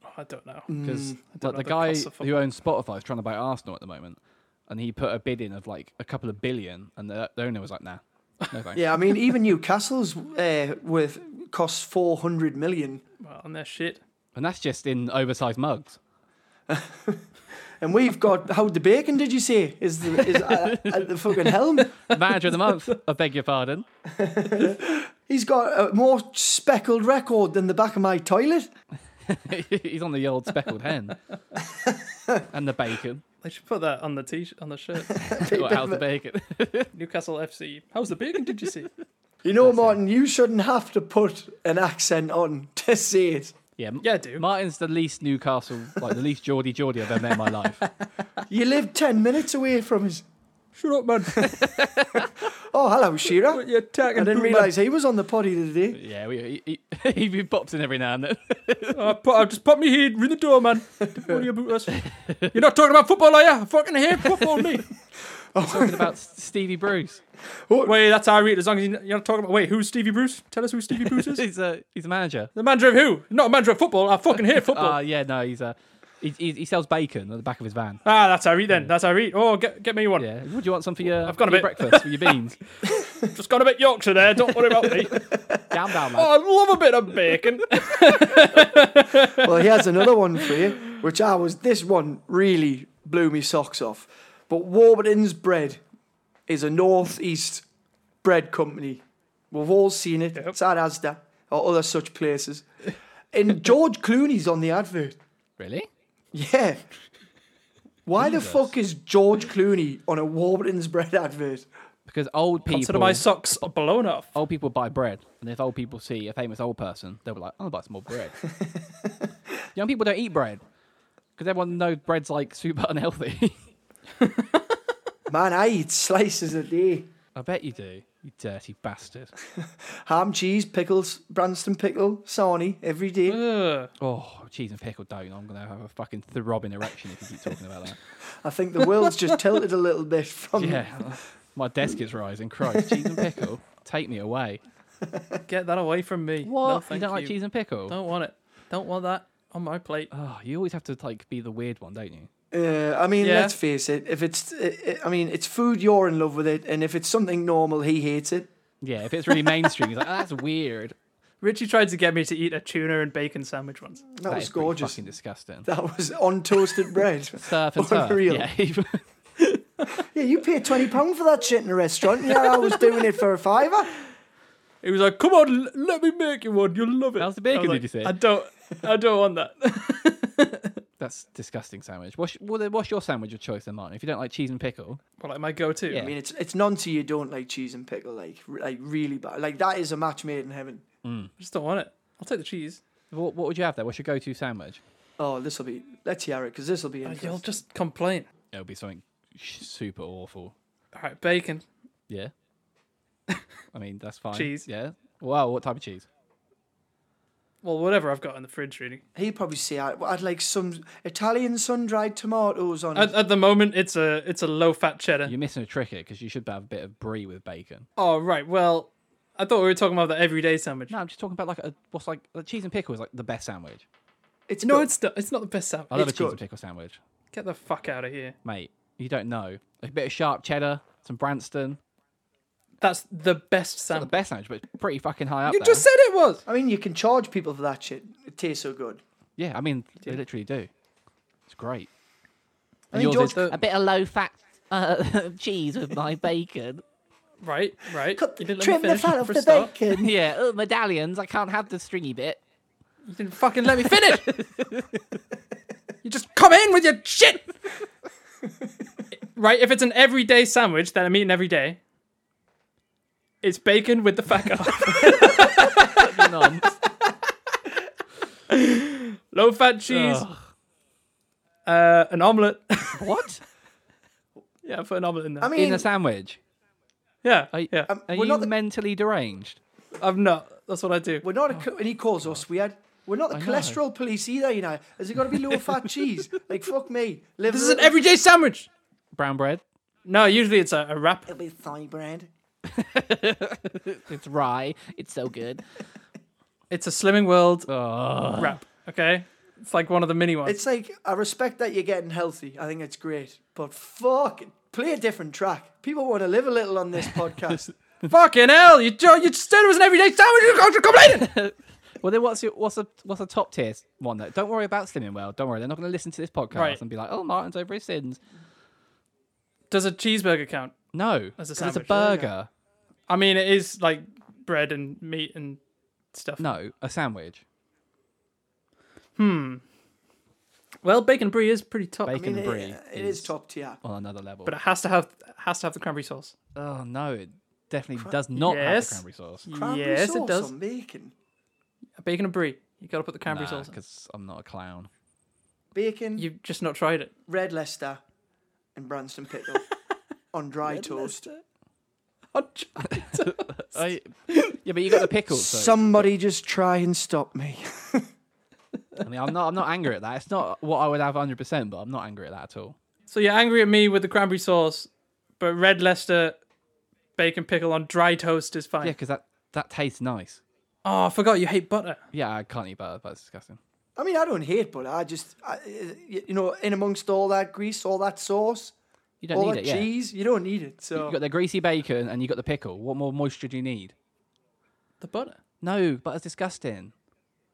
Speaker 3: Oh, I don't know.
Speaker 2: Mm.
Speaker 1: because
Speaker 3: don't
Speaker 1: the,
Speaker 3: know
Speaker 1: the
Speaker 3: the
Speaker 1: guy
Speaker 3: cost of
Speaker 1: who
Speaker 3: football.
Speaker 1: owns Spotify is trying to buy Arsenal at the moment, and he put a bid in of like a couple of billion, and the, the owner was like, "Nah, no thanks."
Speaker 2: Yeah, I mean, even Newcastle's uh, worth costs four hundred million,
Speaker 3: Well, and their shit.
Speaker 1: And that's just in oversized mugs.
Speaker 2: and we've got how the bacon did you say is the is at, at the fucking helm?
Speaker 1: Manager of the month. I beg your pardon.
Speaker 2: He's got a more speckled record than the back of my toilet.
Speaker 1: He's on the old speckled hen and the bacon.
Speaker 3: They should put that on the t on the shirt.
Speaker 1: Well, how's the bacon?
Speaker 3: Newcastle FC. How's the bacon? Did you see?
Speaker 2: You know, Martin, you shouldn't have to put an accent on to say it.
Speaker 1: yeah, m-
Speaker 3: Yeah, I do.
Speaker 1: Martin's the least Newcastle, like the least Geordie Geordie I've ever met in my life.
Speaker 2: You live ten minutes away from us.
Speaker 3: Shut up, man.
Speaker 2: Oh, hello, Shearer.
Speaker 3: You're attacking.
Speaker 2: I didn't realise he was on the poddy today.
Speaker 1: Yeah, we, he, he, he be pops in every now and then.
Speaker 3: Uh, put, uh, just put me here, ring the door, man. Don't worry about us. You're not talking about football, are you? I fucking hate football, me.
Speaker 1: Talking about S- Stevie Bruce.
Speaker 3: Wait, that's how I read. it, As long as you're not talking about. Wait, who's Stevie Bruce? Tell us who Stevie Bruce is.
Speaker 1: He's a he's a manager.
Speaker 3: the manager of who? Not a manager of football. I fucking hate football.
Speaker 1: Ah, yeah, no, he's a he, he, he sells bacon at the back of his van.
Speaker 3: ah, that's how I read then. That's how I read. Oh, get get me one.
Speaker 1: Yeah, would you want some for your,
Speaker 3: I've got a
Speaker 1: your
Speaker 3: bit.
Speaker 1: breakfast with your beans?
Speaker 3: Just got a bit Yorkshire there. Don't worry about me.
Speaker 1: Down, down, lad.
Speaker 3: Oh, I love a bit of bacon.
Speaker 2: Well, here's another one for you, which I was. This one really blew me socks off. But Warburton's Bread is a northeast bread company. We've all seen it. It's at Asda or other such places. And George Clooney's on the advert.
Speaker 1: Really?
Speaker 2: Yeah. Why the fuck is George Clooney on a Warburton's Bread advert?
Speaker 1: Because old
Speaker 3: Consider
Speaker 1: people
Speaker 3: my socks blown off.
Speaker 1: old people buy bread, and if old people see a famous old person, they'll be like, "I'll buy some more bread." Young people don't eat bread because everyone knows bread's like super unhealthy.
Speaker 2: Man, I eat slices a day.
Speaker 1: I bet you do, you dirty bastard.
Speaker 2: Ham, cheese, pickles, Branston pickle, sarnie every day.
Speaker 1: Mm.
Speaker 3: Ugh.
Speaker 1: Oh, cheese and pickle don't. I'm gonna have a fucking throbbing erection if you keep talking about that.
Speaker 2: I think the world's just tilted a little bit
Speaker 3: Um,
Speaker 2: from.
Speaker 1: Yeah, my desk is rising. Christ, cheese and pickle, take me away.
Speaker 3: Get that away from me.
Speaker 1: What?
Speaker 3: No,
Speaker 1: you
Speaker 3: thank
Speaker 1: don't like cheese and pickle?
Speaker 3: Don't want it. Don't want that on my plate.
Speaker 1: Oh, you always have to like be the weird one, don't you?
Speaker 2: Uh, I mean,
Speaker 3: Yeah.
Speaker 2: let's face it. If it's, i I I mean, it's food. You're in love with it, and if it's something normal, he hates it.
Speaker 1: Yeah, if it's really mainstream, he's like, oh, "That's weird."
Speaker 3: Richie tried to get me to eat a tuna and bacon sandwich once.
Speaker 2: That,
Speaker 1: That
Speaker 2: was
Speaker 1: is pretty
Speaker 2: gorgeous.
Speaker 1: Fucking disgusting.
Speaker 2: That was on toasted bread.
Speaker 1: Surf and turf.
Speaker 2: Unreal.
Speaker 1: Yeah.
Speaker 2: yeah, you paid twenty pound for that shit in a restaurant. Yeah, I was doing it for a fiver.
Speaker 3: He was like, "Come on, l- let me make you one. You'll love it."
Speaker 1: How's the bacon,
Speaker 3: I was
Speaker 1: did
Speaker 3: like,
Speaker 1: you say?
Speaker 3: I don't. I don't want that.
Speaker 1: That's disgusting sandwich. What's, well, then what's your sandwich of choice then, Martin? If you don't like cheese and pickle,
Speaker 3: well, like my go-to.
Speaker 1: Yeah.
Speaker 2: I mean, it's it's none to you don't like cheese and pickle, like r- like really bad. Like that is a match made in heaven.
Speaker 3: I just don't want it. I'll take the cheese.
Speaker 1: what, what would you have there? What's your go-to sandwich?
Speaker 2: Oh, this will be. Let's hear it because this will be.
Speaker 3: Oh,
Speaker 2: interesting.
Speaker 3: you'll just complain.
Speaker 1: It'll be something sh- super awful.
Speaker 3: All right, bacon,
Speaker 1: Yeah. I mean, that's fine.
Speaker 3: Cheese.
Speaker 1: Yeah. Wow. What type of cheese?
Speaker 3: well, whatever I've got in the fridge, really.
Speaker 2: He'd probably say I- I'd like some Italian sun-dried tomatoes on
Speaker 3: At,
Speaker 2: it.
Speaker 3: at the moment, it's a it's a low-fat cheddar.
Speaker 1: You're missing a trick here because you should have a bit of brie with bacon.
Speaker 3: Oh right, well, I thought we were talking about the everyday sandwich.
Speaker 1: No, I'm just talking about like a what's like the cheese and pickle is like the best sandwich.
Speaker 2: It's
Speaker 3: No,
Speaker 2: good.
Speaker 3: it's not. It's not the best sandwich.
Speaker 1: I love a
Speaker 2: It's
Speaker 1: cheese
Speaker 2: good.
Speaker 1: and pickle sandwich,
Speaker 3: Get the fuck out of here.
Speaker 1: mate. You don't know a bit of sharp cheddar, some Branston.
Speaker 3: That's the best
Speaker 1: The
Speaker 3: sandwich.
Speaker 1: best sandwich, but it's pretty fucking high up
Speaker 3: You
Speaker 1: there.
Speaker 3: just said it was.
Speaker 2: I mean, you can charge people for that shit. It tastes so good.
Speaker 1: Yeah, I mean, they literally do. It's great.
Speaker 2: I
Speaker 1: And
Speaker 2: mean,
Speaker 1: yours is-
Speaker 2: George-
Speaker 4: A bit of low fat uh, cheese with my bacon.
Speaker 3: Right, right.
Speaker 2: Cut,
Speaker 3: You didn't let me
Speaker 2: trim the
Speaker 3: finish
Speaker 2: fat off
Speaker 3: for a
Speaker 2: the
Speaker 3: start.
Speaker 2: bacon.
Speaker 4: Yeah, oh, medallions. I can't have the stringy bit.
Speaker 3: You didn't fucking let me finish. you just come in with your shit. right, if it's an everyday sandwich that I'm eating every day, it's bacon with the fat off.
Speaker 1: Fucking on.
Speaker 3: Low fat cheese,
Speaker 1: Ugh.
Speaker 3: uh, an omelette.
Speaker 1: What?
Speaker 3: yeah, I put an omelette in there.
Speaker 2: I mean,
Speaker 1: in a sandwich?
Speaker 3: yeah,
Speaker 1: I-
Speaker 3: yeah.
Speaker 2: um,
Speaker 1: Are
Speaker 2: we're
Speaker 1: you
Speaker 2: not the,
Speaker 1: mentally deranged?
Speaker 3: I'm not. That's what I do.
Speaker 2: we're not. A, co- and he calls us weird. We're not the
Speaker 1: know.
Speaker 2: cholesterol police either. You know, has it got to be low fat cheese? Like fuck me. Live
Speaker 3: This is an everyday sandwich.
Speaker 1: Brown bread?
Speaker 3: No, usually it's a, a wrap.
Speaker 2: It'll be thigh bread.
Speaker 1: It's rye. It's so good.
Speaker 3: It's a Slimming World
Speaker 1: Oh.
Speaker 3: wrap. Okay, it's like one of the mini ones.
Speaker 2: It's like I respect that you're getting healthy. I think it's great, but fuck, play a different track. People want to live a little on this podcast.
Speaker 3: Fucking hell! You jo- you said it was an everyday sandwich. You're co- you're complaining.
Speaker 1: Well, then what's your, what's a what's a top tier one though? Don't worry about Slimming World. Don't worry, they're not going to listen to this podcast
Speaker 3: Right.
Speaker 1: and be like, "Oh, Martin's over his sins."
Speaker 3: Does a cheeseburger count?
Speaker 1: No, 'cause it's
Speaker 3: As a
Speaker 1: a
Speaker 3: sandwich, yeah.
Speaker 1: burger.
Speaker 3: I mean, it is like bread and meat and stuff.
Speaker 1: No, a sandwich.
Speaker 3: Well, bacon brie is pretty top,
Speaker 1: Bacon
Speaker 2: I mean, it-
Speaker 1: brie
Speaker 2: it is top tier.
Speaker 1: on another level.
Speaker 3: but it has to have has to have the cranberry sauce.
Speaker 1: oh no, it definitely does not have
Speaker 3: Yes.
Speaker 1: the cranberry sauce.
Speaker 2: Cranberry
Speaker 3: yes,
Speaker 2: sauce
Speaker 3: it does.
Speaker 2: on bacon,
Speaker 3: Bacon and brie. You got to put the cranberry sauce. in.
Speaker 1: Because I'm not a clown.
Speaker 2: bacon,
Speaker 3: You've just not tried it.
Speaker 2: red Leicester, and Branston pickle on dry toast.
Speaker 1: I, yeah, but you got the pickles. Though.
Speaker 2: Somebody just try and stop me.
Speaker 1: I mean, I'm not. I'm not angry at that. It's not what I would have 100, percent but I'm not angry at that at all.
Speaker 3: So you're angry at me with the cranberry sauce, but red Leicester bacon pickle on dry toast is fine.
Speaker 1: Yeah, because that that tastes nice.
Speaker 3: Oh, I forgot you hate butter.
Speaker 1: Yeah, I can't eat butter. That's disgusting.
Speaker 2: I mean, I don't hate, but I just, I, you you know, in amongst all that grease, all that sauce,
Speaker 1: You don't
Speaker 2: all
Speaker 1: need
Speaker 2: that
Speaker 1: it. Yeah, you
Speaker 2: cheese, you don't need it. So
Speaker 1: got the greasy bacon and you got the pickle. What more moisture do you need?
Speaker 3: The butter.
Speaker 1: No, butter's disgusting.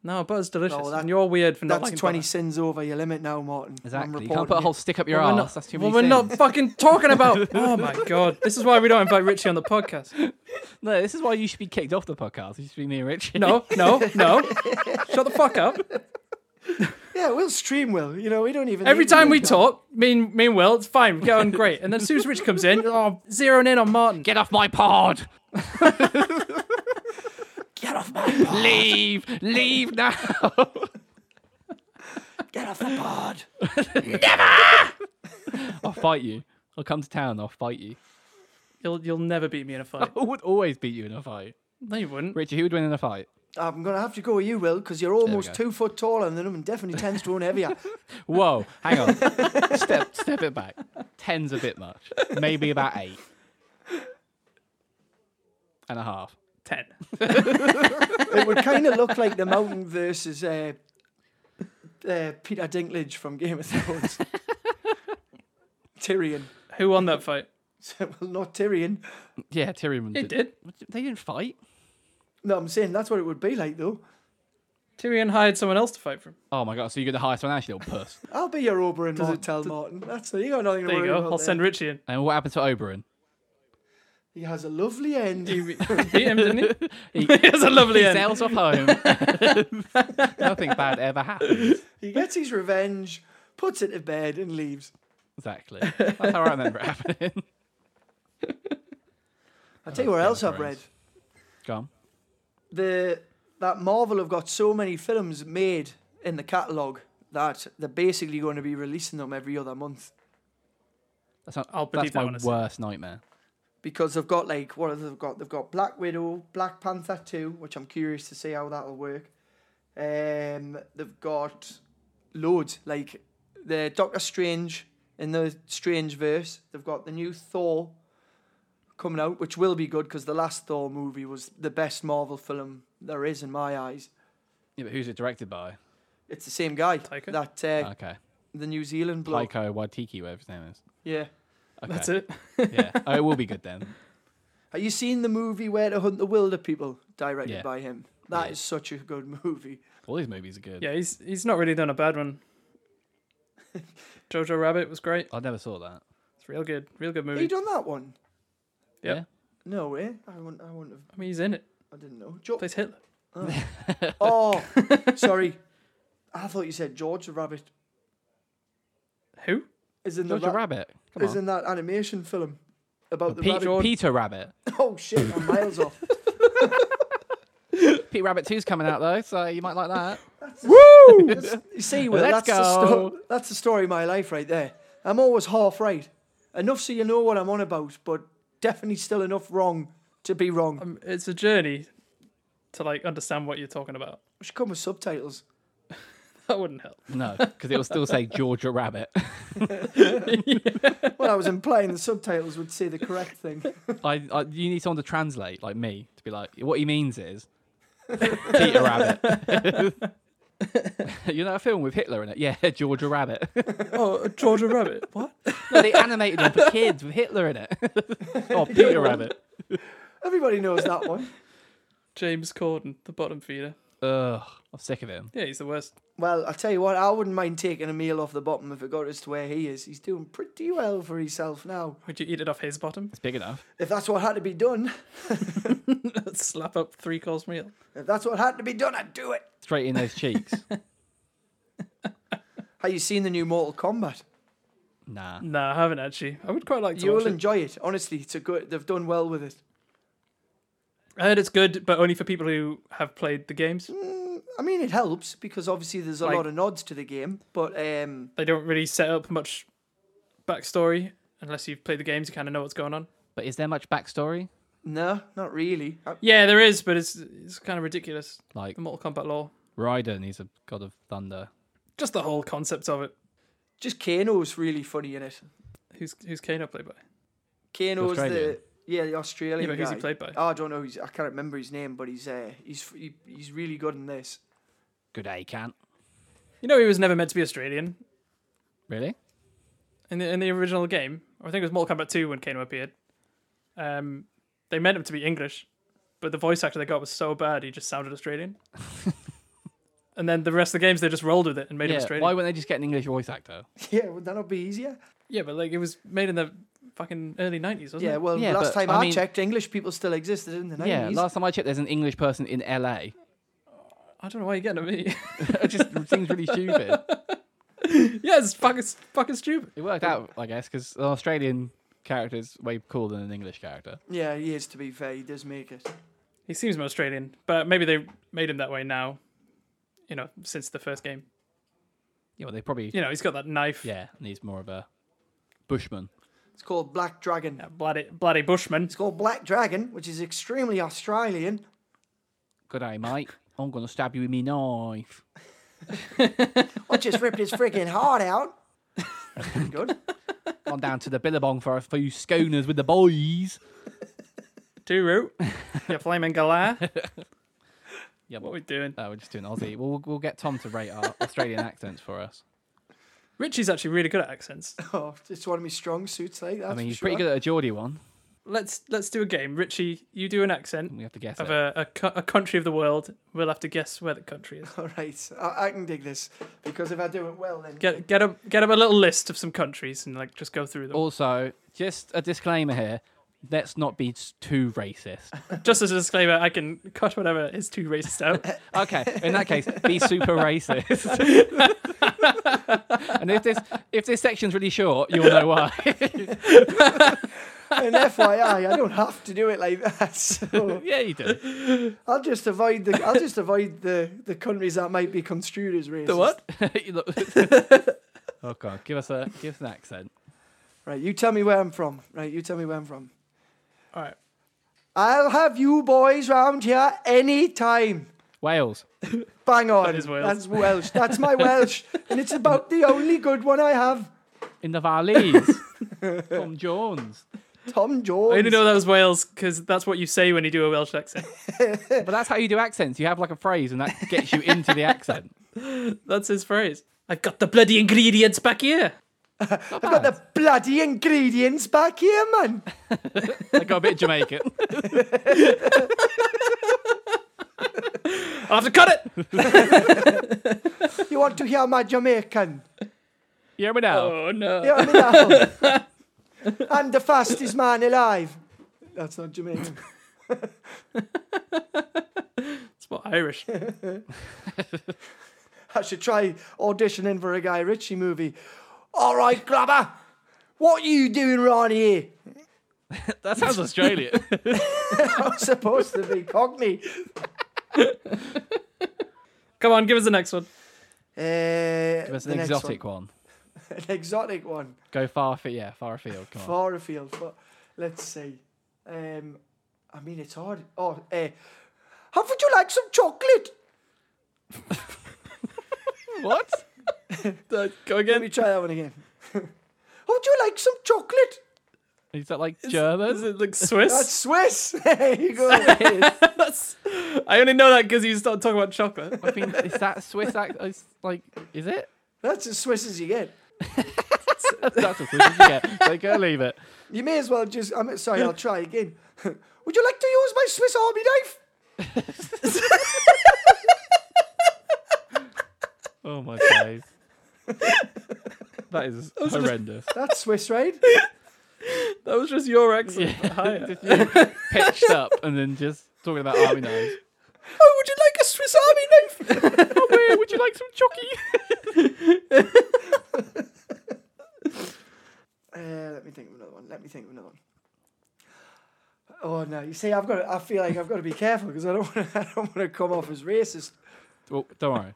Speaker 3: No, butter's delicious.
Speaker 2: No, that-
Speaker 3: and you're weird for not
Speaker 2: that's
Speaker 3: liking
Speaker 2: 20
Speaker 3: butter.
Speaker 2: sins over your limit now, Martin. I'm
Speaker 1: Exactly. You can't
Speaker 2: reporting
Speaker 1: put a
Speaker 2: it.
Speaker 1: whole stick up your
Speaker 3: We're
Speaker 1: ass.
Speaker 3: not,
Speaker 1: That's too
Speaker 3: well,
Speaker 1: many.
Speaker 3: we're
Speaker 1: sins.
Speaker 3: not fucking talking about. Oh my god! This is why we don't invite Richie on the podcast.
Speaker 1: No, this is why you should be kicked off the podcast. You should be me and Richie.
Speaker 3: No, no, no! Shut the fuck up!
Speaker 2: Yeah, we'll stream, Will. You know, we don't even.
Speaker 3: Every
Speaker 2: need to
Speaker 3: time
Speaker 2: do
Speaker 3: we
Speaker 2: that.
Speaker 3: talk, mean mean well, it's fine. We get on great. And then as soon as Rich comes in, oh, zeroing in on Martin.
Speaker 1: Get off my pod.
Speaker 2: Get off my pod.
Speaker 1: Leave. Leave now.
Speaker 2: Get off the pod.
Speaker 1: I'll fight you. I'll come to town. I'll fight you.
Speaker 3: You'll you'll never beat me in a fight.
Speaker 1: I would always beat you in a fight.
Speaker 3: No, you wouldn't.
Speaker 1: Richie, who would win in a fight?
Speaker 2: I'm going to have to go with you, Will, because you're
Speaker 1: go.
Speaker 2: almost two foot taller than him and definitely 10 stone heavier.
Speaker 1: Whoa, hang on. step step it back. Ten's a bit much. Maybe about eight. And a half.
Speaker 3: Ten.
Speaker 2: it would kind of look like the mountain versus uh, uh, Peter Dinklage from Game of Thrones. Tyrion.
Speaker 3: Who won that fight?
Speaker 2: well, not Tyrion.
Speaker 1: Yeah, Tyrion
Speaker 3: He
Speaker 1: did.
Speaker 3: did.
Speaker 1: They didn't fight.
Speaker 2: No, I'm saying that's what it would be like, though.
Speaker 3: Tyrion hired someone else to fight for him.
Speaker 1: Oh my god, so you're the highest one actually, little puss.
Speaker 2: I'll be your Oberon Martell, Martin. That's you got nothing to
Speaker 3: There you
Speaker 2: worry
Speaker 3: go.
Speaker 2: about.
Speaker 3: I'll
Speaker 2: there.
Speaker 3: send Richie in.
Speaker 1: And what happened to Oberon?
Speaker 2: He has a lovely end.
Speaker 3: He beat him, didn't he?
Speaker 1: He,
Speaker 3: He has a lovely
Speaker 1: he
Speaker 3: end.
Speaker 1: sails off home. Nothing bad ever happens.
Speaker 2: He gets his revenge, puts it to bed, and leaves.
Speaker 1: Exactly. That's how I remember it happening.
Speaker 2: I'll tell you what else I've read.
Speaker 1: Thrones. Gone.
Speaker 2: The that Marvel have got so many films made in the catalogue that they're basically going to be releasing them every other month.
Speaker 1: That's, not,
Speaker 3: I'll
Speaker 1: that's
Speaker 3: believe that
Speaker 1: my
Speaker 3: when I see it.
Speaker 1: worst nightmare.
Speaker 2: because they've got like what have they got? They've got Black Widow, Black Panther two, which I'm curious to see how that'll work. Um, they've got loads like the Doctor Strange in the Strange verse. They've got the new Thor coming out, which will be good because the last Thor movie was the best Marvel film there is in my eyes.
Speaker 1: Yeah, but who's it directed by?
Speaker 2: It's the same guy
Speaker 3: Taika?
Speaker 2: that uh,
Speaker 1: Okay.
Speaker 2: the New Zealand bloke.
Speaker 1: Taiko Waitiki, whatever his name is.
Speaker 2: Yeah.
Speaker 1: Okay.
Speaker 3: That's it.
Speaker 1: Yeah. Oh, it will be good then.
Speaker 2: Have you seen the movie Where to Hunt the Wilder People, directed
Speaker 1: Yeah.
Speaker 2: by him? That is
Speaker 1: Yeah.
Speaker 2: such a good movie.
Speaker 1: All these movies are good.
Speaker 3: Yeah, he's he's not really done a bad one. Jojo Rabbit was great.
Speaker 1: I never saw that.
Speaker 3: It's real good. Real good
Speaker 2: Have you
Speaker 3: movie.
Speaker 2: done that one?
Speaker 3: Yeah.
Speaker 1: Yeah.
Speaker 2: No way. I wouldn't. I wouldn't have.
Speaker 3: I mean, he's in it.
Speaker 2: I didn't know. Jo-
Speaker 3: Plays Hitler.
Speaker 2: oh, sorry. I thought you said George the Rabbit.
Speaker 3: Who?
Speaker 2: Is in the
Speaker 1: George the
Speaker 2: ra-
Speaker 1: Rabbit. Come
Speaker 2: Is
Speaker 1: on.
Speaker 2: in that animation film about the
Speaker 1: Pete-
Speaker 2: rabbit.
Speaker 1: Peter Rabbit.
Speaker 2: Oh shit! I'm miles off.
Speaker 1: Peter Rabbit 2's coming out though, so you might like that.
Speaker 2: Woo! You see, well,
Speaker 1: Let's
Speaker 2: that's the
Speaker 1: go.
Speaker 2: sto- that's the story of my life right there. I'm always half right. Enough so you know what I'm on about, but definitely still enough wrong to be wrong.
Speaker 3: Um, It's a journey to like understand what you're talking about.
Speaker 2: should come with subtitles.
Speaker 3: That wouldn't help.
Speaker 1: No, because it will still say Georgia Rabbit.
Speaker 2: Well, I was implying the subtitles would say the correct thing.
Speaker 1: I, I, you need someone to translate, like me, to be like, what he means is Peter Rabbit. you know that film with Hitler in it? Yeah, Georgia Rabbit.
Speaker 3: Oh, a Georgia Rabbit. What?
Speaker 1: no, they animated one for kids with Hitler in it. oh, Peter Rabbit.
Speaker 2: Everybody knows that one.
Speaker 3: James Corden, the bottom feeder.
Speaker 1: Ugh, I'm sick of him.
Speaker 3: Yeah, he's the worst.
Speaker 2: Well, I tell you what, I wouldn't mind taking a meal off the bottom if it got us to where he is. He's doing pretty well for himself now.
Speaker 3: Would you eat it off his bottom?
Speaker 1: It's big enough.
Speaker 2: If that's what had to be done,
Speaker 3: Slap up three course meal.
Speaker 2: if that's what had to be done, I'd do it.
Speaker 1: Straight in those cheeks.
Speaker 2: Have you seen the new Mortal Kombat?
Speaker 1: Nah.
Speaker 3: Nah, I haven't actually. I would quite like to
Speaker 2: You'll
Speaker 3: watch it.
Speaker 2: enjoy it. Honestly, it's a good. They've done well with it.
Speaker 3: I heard it's good, but only for people who have played the games.
Speaker 2: I mean, it helps because obviously there's a
Speaker 3: Like-
Speaker 2: lot of nods to the game, but um,
Speaker 3: They don't really set up much backstory unless you've played the games. You kind of know what's going on.
Speaker 1: But is there much backstory?
Speaker 2: no, not really. Uh, I-
Speaker 3: Yeah, there is, but it's it's kind of ridiculous.
Speaker 1: Like
Speaker 3: The Mortal Kombat lore,
Speaker 1: Raiden, he's a god of thunder.
Speaker 3: just the whole concept of it.
Speaker 2: Just Kano's really funny in it.
Speaker 3: Who's who's Kano played by?
Speaker 2: Kano's the,
Speaker 1: Australian?
Speaker 2: yeah, the Australian
Speaker 3: Yeah, but who's he
Speaker 2: guy.
Speaker 3: played by?
Speaker 2: Oh, I don't know. He's, I can't remember his name, but he's uh, he's he, he's really good in this.
Speaker 1: Good day, can't.
Speaker 3: You know, he was never meant to be Australian
Speaker 1: Really?
Speaker 3: in the in the original game. Or I think it was Mortal Kombat Two when Kano appeared. Um, they meant him to be English, but the voice actor they got was so bad he just sounded Australian. and then the rest of the games they just rolled with it and made him
Speaker 1: Yeah.
Speaker 3: Australian.
Speaker 1: Why wouldn't they just get an English voice actor?
Speaker 2: Yeah, would that not be easier?
Speaker 3: Yeah, but like it was made in the fucking early nineties, wasn't
Speaker 2: Yeah,
Speaker 3: it?
Speaker 2: well,
Speaker 1: Yeah,
Speaker 2: last
Speaker 1: but,
Speaker 2: time I,
Speaker 1: I mean-
Speaker 2: checked, English people still existed in the 90s.
Speaker 1: Yeah. Last time I checked, there's an English person in LA.
Speaker 3: I don't know why you're getting at me.
Speaker 1: it just seems really stupid.
Speaker 3: yeah, it's fucking fucking stupid.
Speaker 1: It worked out, I guess, because an Australian character is way cooler than an English character.
Speaker 2: yeah, he is, to be fair. He does make it.
Speaker 3: He seems more Australian, but maybe they made him that way now. You know, since the first game.
Speaker 1: Yeah, well, they probably.
Speaker 3: You know, he's got that knife.
Speaker 1: Yeah, and he's more of a bushman.
Speaker 2: It's called Black Dragon.
Speaker 3: That bloody bloody Bushman.
Speaker 2: It's called Black Dragon, which is extremely Australian.
Speaker 1: Good day, mate. I'm gonna stab you with me knife.
Speaker 2: I just ripped his freaking heart out. That's pretty good.
Speaker 1: Gone down to the Billabong for a few schooners with the boys.
Speaker 3: Two root. you flaming galah.
Speaker 1: Yeah,
Speaker 3: What are
Speaker 1: but
Speaker 3: we doing?
Speaker 1: no, Uh, we're just doing Aussie. We'll we'll get Tom to rate our Australian accents for us.
Speaker 3: Richie's actually really good at accents.
Speaker 2: Oh, it's one of my strong suits, like that.
Speaker 1: I mean, he's pretty good at a Geordie one.
Speaker 3: Let's let's do a game. Richie, you do an accent
Speaker 1: We have to guess
Speaker 3: of
Speaker 1: it.
Speaker 3: a, a, co- a country of the world. We'll have to guess where the country is.
Speaker 2: All right, I, I can dig this because if I do it well, then
Speaker 3: Get get up get up a little list of some countries and like just go through them.
Speaker 1: Also, just a disclaimer here. Let's not be s- too racist.
Speaker 3: Just as a disclaimer, I can cut whatever is too racist out.
Speaker 1: Okay, in that case, be super racist. and if this if this section's really short, you'll know why.
Speaker 2: and FYI, I don't have to do it like that. So
Speaker 1: yeah, you do.
Speaker 2: I'll just avoid the I'll just avoid the, the countries that might be construed as racist.
Speaker 1: You look- oh god, give us a give us an accent.
Speaker 2: Right, you tell me where I'm from. Right, you tell me where I'm from.
Speaker 3: All right.
Speaker 2: I'll have you boys round here any time.
Speaker 1: Wales.
Speaker 2: Bang on.
Speaker 3: is Wales.
Speaker 2: That's Welsh. That's my Welsh, and it's about the only good one I have.
Speaker 1: In the valleys. Tom Jones.
Speaker 2: Tom Jones.
Speaker 3: I only know that was Wales because that's what you say when you do a Welsh accent.
Speaker 1: But that's how you do accents. You have like a phrase and that gets you into the accent.
Speaker 3: That's his phrase. I've got the bloody ingredients back here.
Speaker 1: Not
Speaker 2: I've
Speaker 1: bad.
Speaker 2: got the bloody ingredients back here, man.
Speaker 1: I got a bit Jamaican.
Speaker 3: I'll have to cut it.
Speaker 2: You want to hear my Jamaican?
Speaker 1: You hear me now?
Speaker 3: Oh no.
Speaker 2: You hear me now? I'm the fastest man alive. That's not Jamaican.
Speaker 3: It's more Irish.
Speaker 2: I should try auditioning for a Guy Ritchie movie. All right, grabber. What you doing round here?
Speaker 1: That sounds Australian.
Speaker 2: I'm supposed to be Cockney.
Speaker 3: Come on, give us the next one.
Speaker 2: Uh,
Speaker 1: That's
Speaker 2: the
Speaker 1: an
Speaker 2: next
Speaker 1: exotic one.
Speaker 2: One. An exotic one.
Speaker 1: Go far afi- yeah, far afield. Come on.
Speaker 2: Far afield. But let's see. Um, I mean, it's hard. Oh, uh, how would you like some chocolate?
Speaker 1: What?
Speaker 3: Go
Speaker 2: Let
Speaker 3: again.
Speaker 2: me try that one again. Would you like some chocolate?
Speaker 1: Is that like
Speaker 3: Is
Speaker 1: German?
Speaker 3: it like
Speaker 2: That's
Speaker 3: Swiss?
Speaker 2: Swiss. there you go.
Speaker 3: That's. I only know that because you started talking about chocolate.
Speaker 1: I mean, is that Swiss act? Is, like, is it?
Speaker 2: That's as Swiss as you get.
Speaker 1: That's as Swiss as you get. They can leave it.
Speaker 2: You may as well just. I'm sorry. I'll try again. Would you like to use my Swiss Army knife?
Speaker 1: Oh my days. That is horrendous.
Speaker 2: That's Swiss, right?
Speaker 3: That was just your accent. Hi.
Speaker 1: Just, you know, pitched up and then just talking about army knives.
Speaker 2: Oh, would you like a Swiss Army knife?
Speaker 1: Oh, wait, would you like some chocky?
Speaker 2: Uh, let me think of another one. Let me think of another one. Oh no! You see, I've got. To, I feel like I've got to be careful because I don't want. I don't want to come off as racist.
Speaker 1: well, Oh, don't worry.